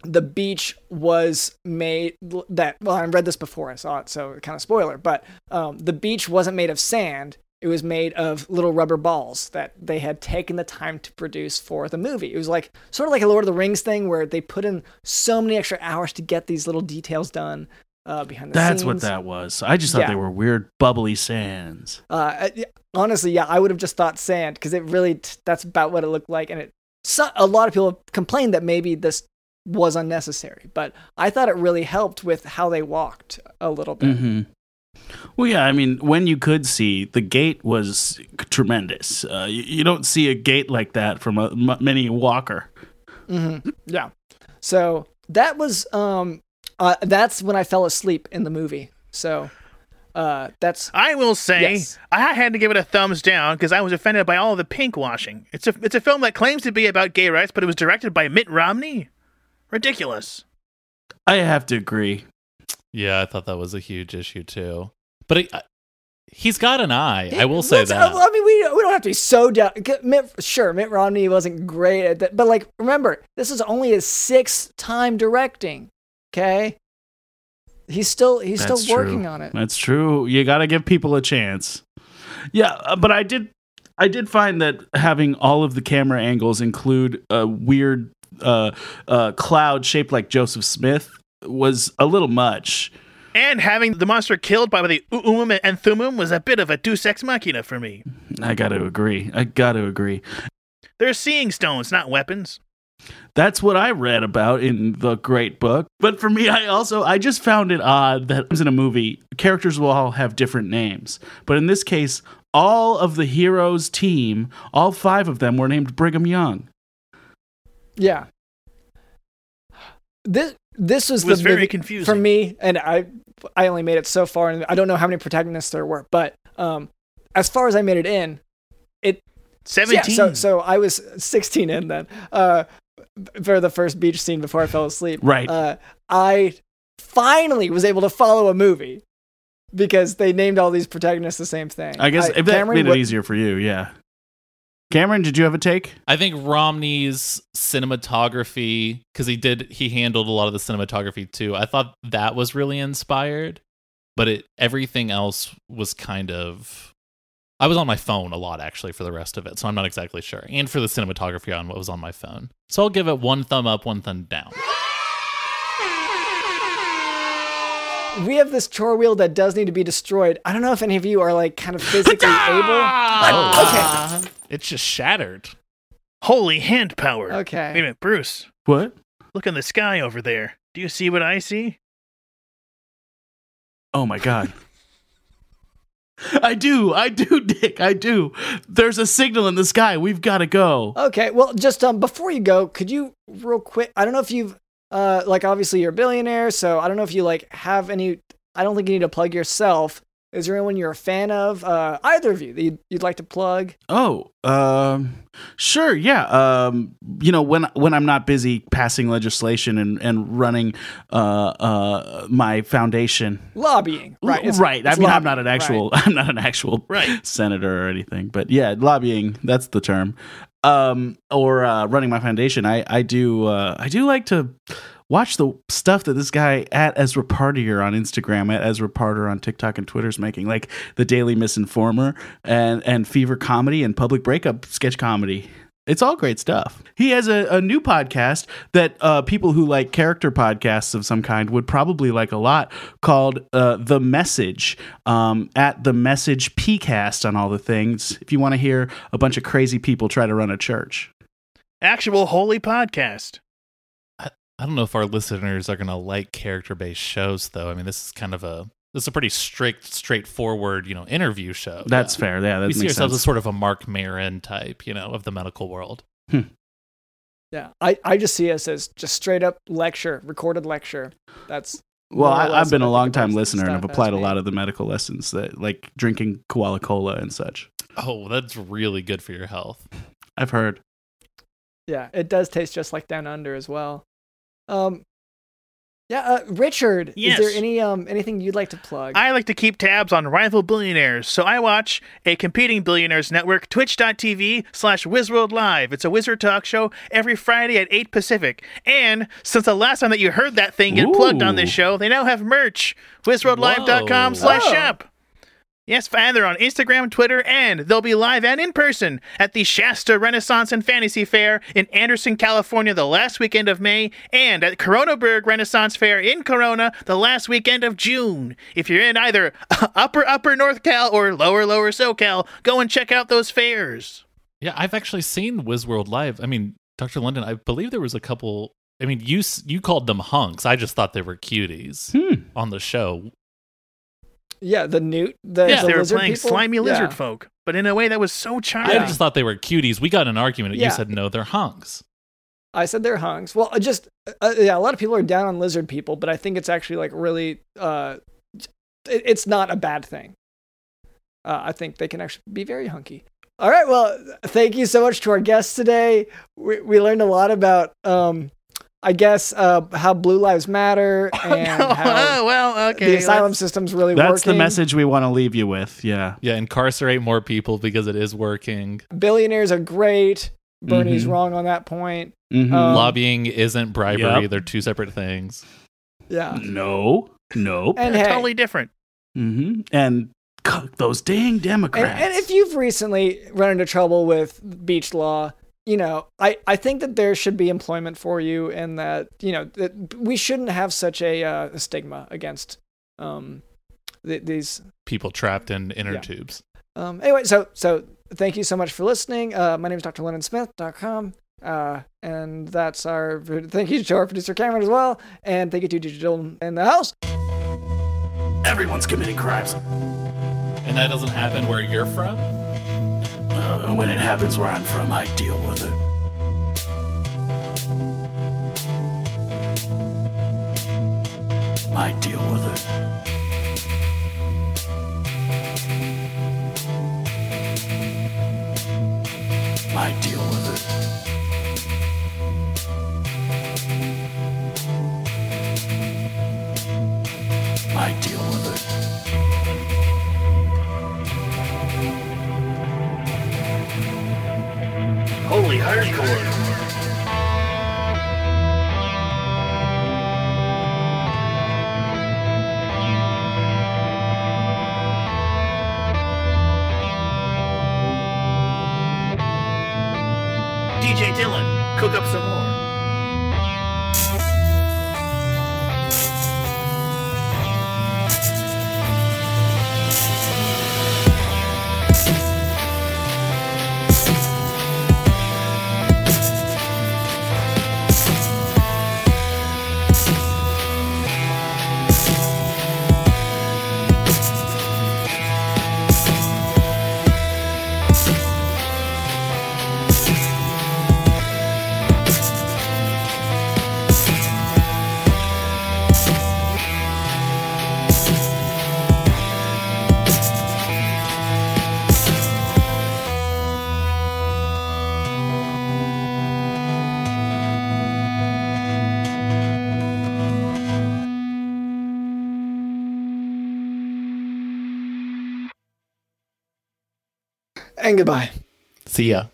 S3: the beach was made that well i read this before i saw it so kind of spoiler but um, the beach wasn't made of sand it was made of little rubber balls that they had taken the time to produce for the movie it was like sort of like a lord of the rings thing where they put in so many extra hours to get these little details done uh, behind the
S6: That's
S3: scenes
S6: what that was. I just thought
S3: Yeah.
S6: they were weird bubbly sands.
S3: uh, I- honestly, yeah, I would have just thought sand because it really t- that's about what it looked like, and it so, a lot of people have complained that maybe this was unnecessary, but I thought it really helped with how they walked a little bit.
S6: hmm Well, yeah, I mean, when you could see, the gate was tremendous. Uh, you, you don't see a gate like that from a m- mini walker.
S3: Yeah. Mm-hmm. So that was um uh, that's when I fell asleep in the movie. So uh that's
S7: I will say
S3: Yes.
S7: I had to give it a thumbs down because I was offended by all the pink washing. It's a it's a film that claims to be about gay rights, but it was directed by Mitt Romney. Ridiculous.
S6: I have to agree.
S5: Yeah, I thought that was a huge issue too. But it, I- he's got an eye. I will say
S3: Let's-
S5: that.
S3: I mean, we we don't have to be so down. c- Mitt, sure, Mitt Romney wasn't great at that, but like, remember, this is only his sixth time directing. Okay, he's still he's
S6: That's
S3: still working
S6: true.
S3: on it.
S6: That's true. You got to give people a chance. Yeah, uh, but I did, I did find that having all of the camera angles include a weird uh, uh, cloud shaped like Joseph Smith was a little much.
S7: And having the monster killed by the Uumum and Thummim was a bit of a deus ex machina for me.
S6: I got to agree. I got to agree.
S7: They're seeing stones, not weapons.
S6: That's what I read about in the great book. But for me, I also I just found it odd that in a movie, characters will all have different names. But in this case, all of the heroes' team, all five of them were named Brigham Young.
S3: Yeah. This this was,
S7: It was
S3: the
S7: very
S3: movie
S7: confusing.
S3: for me, and I I only made it so far, and I don't know how many protagonists there were, but um, as far as I made it in,
S7: Seventeen.
S3: Yeah, so, so I was 16 in then uh, for the first beach scene before I fell asleep.
S6: Right.
S3: Uh, I finally was able to follow a movie because they named all these protagonists the same thing.
S6: I guess if that made it
S3: wa-
S6: easier for you, yeah. Cameron, did you have a take?
S5: I think Romney's cinematography, because he did, he handled a lot of the cinematography too. I thought that was really inspired, but it everything else was kind of. I was on my phone a lot actually for the rest of it, so I'm not exactly sure. And for the cinematography on what was on my phone, so I'll give it one thumb up, one thumb down.
S3: We have this chore wheel that does need to be destroyed. I don't know if any of you are like kind of physically
S6: Ah!
S3: able.
S5: Oh, it's just shattered.
S7: Holy hand power.
S3: Okay.
S7: Wait a minute, Bruce.
S6: What?
S7: Look in the sky over there. Do you see what I see?
S6: Oh my god. I do, I do, Dick, I do. There's a signal in the sky. We've got to go.
S3: Okay, well, just um, before you go, could you real quick? I don't know if you've uh, like obviously you're a billionaire, so I don't know if you like have any. I don't think you need to plug yourself. Is there anyone you're a fan of? Uh, either of you that you'd, you'd like to plug?
S6: Oh, um, sure, yeah. Um, you know, when when I'm not busy passing legislation and and running uh, uh, my foundation,
S3: Lobbying, right? it's-
S6: right. I
S3: it's
S6: mean, I'm not an
S3: lobbying,
S6: actual,
S3: right.
S6: I'm not an actual
S7: Right.
S6: senator or anything, but yeah, lobbying. That's the term. Um, or uh, running my foundation. I I do uh, I do like to watch the stuff that this guy at as repartier on Instagram at as reparter on TikTok and Twitter's making, like the Daily Misinformer and and Fever Comedy and Public Breakup sketch comedy. It's all great stuff. He has a, a new podcast that uh, people who like character podcasts of some kind would probably like a lot called uh, The Message um, at The Message PCast on all the things if you want to hear a bunch of crazy people try to run a church.
S7: Actual holy podcast.
S5: I don't know if our listeners are gonna like character based shows though. I mean, this is kind of a this is a pretty strict, straightforward, you know, interview show.
S6: That's
S5: Yeah.
S6: fair. Yeah, that
S5: we
S6: makes
S5: see ourselves
S6: sense.
S5: as sort of a Mark Marin type, you know, of the medical world.
S3: Yeah, I, I just see us as just straight up lecture, recorded lecture. That's more
S6: well,
S3: or
S6: I,
S3: less
S6: I've been
S3: what
S6: a
S3: the
S6: long time
S3: comparison
S6: listener and
S3: stuff
S6: I've applied a
S3: has
S6: lot
S3: been.
S6: of the medical lessons that like drinking koala cola and such.
S5: Oh, that's really good for your health.
S6: I've heard.
S3: Yeah, it does taste just like Down Under as well. Um, yeah, uh, Richard,
S7: Yes.
S3: is there any um anything you'd like to plug?
S7: I like to keep tabs on rival billionaires, so I watch a competing billionaires network, twitch.tv slash Wizworld Live. It's a wizard talk show every Friday at 8 Pacific. And since the last time that you heard that thing get plugged on this
S6: Ooh.
S7: show, they now have merch. Wizworldlive.com
S5: Whoa.
S7: slash
S3: Oh.
S7: shop. Yes, and they're on Instagram, Twitter, and they'll be live and in person at the Shasta Renaissance and Fantasy Fair in Anderson, California, the last weekend of May, and at Coronaburg Renaissance Fair in Corona, the last weekend of June. If you're in either upper, upper North Cal or lower, lower SoCal, go and check out those fairs.
S5: Yeah, I've actually seen World Live. I mean, Dr. London, I believe there was a couple. I mean, you s- you called them hunks. I just thought they were cuties
S6: Hmm.
S5: on the show.
S3: Yeah, the newt. The,
S7: yeah,
S3: the
S7: they were
S3: lizard
S7: playing
S3: people?
S7: slimy lizard
S3: Yeah.
S7: folk, but in a way that was so
S5: I
S7: charming.
S3: Yeah.
S5: just thought they were cuties. We got in an argument.
S3: Yeah.
S5: You said no, they're hunks.
S3: I said they're hunks. Well, I just uh, yeah, a lot of people are down on lizard people, but I think it's actually like really, uh, it, it's not a bad thing. Uh, I think they can actually be very hunky. All right, well, thank you so much to our guests today. We, we learned a lot about, um, I guess, uh, how blue lives matter and
S7: no,
S3: how
S7: oh, well, okay.
S3: the asylum
S7: let's-
S3: system's really working.
S6: That's the message we want to leave you with. Yeah.
S5: Yeah, incarcerate more people because it is working.
S3: Billionaires are great. Bernie's
S7: Mm-hmm.
S6: Mhm.
S3: wrong on that point.
S6: Mhm.
S5: Uh,
S3: Um,
S5: Lobbying isn't bribery.
S6: Yep.
S5: They're two separate things.
S3: Yeah,
S6: no. Nope.
S3: and
S7: they're
S3: hey,
S7: totally different.
S6: hmm And cook those dang
S3: And,
S6: Democrats.
S3: and if you've recently run into trouble with beach law, you know, I, I think that there should be employment for you, and that you know that we shouldn't have such a, uh, a stigma against um, th- these.
S5: People trapped in inner
S3: Yeah.
S5: tubes.
S3: Um, anyway, so so thank you so much for listening. Uh, my name is Dr. Lennon Smith.com. Uh, and that's our thank you to our producer Cameron as well, and thank you to DJ Dylan in the house.
S6: Everyone's committing crimes.
S5: And that doesn't happen where you're from?
S6: Uh, when it happens where I'm from, I deal with it. I deal with it. I deal with it. I deal with it. Holy hardcore.
S7: DJ Dylan, cook up some more.
S3: And goodbye.
S5: See ya.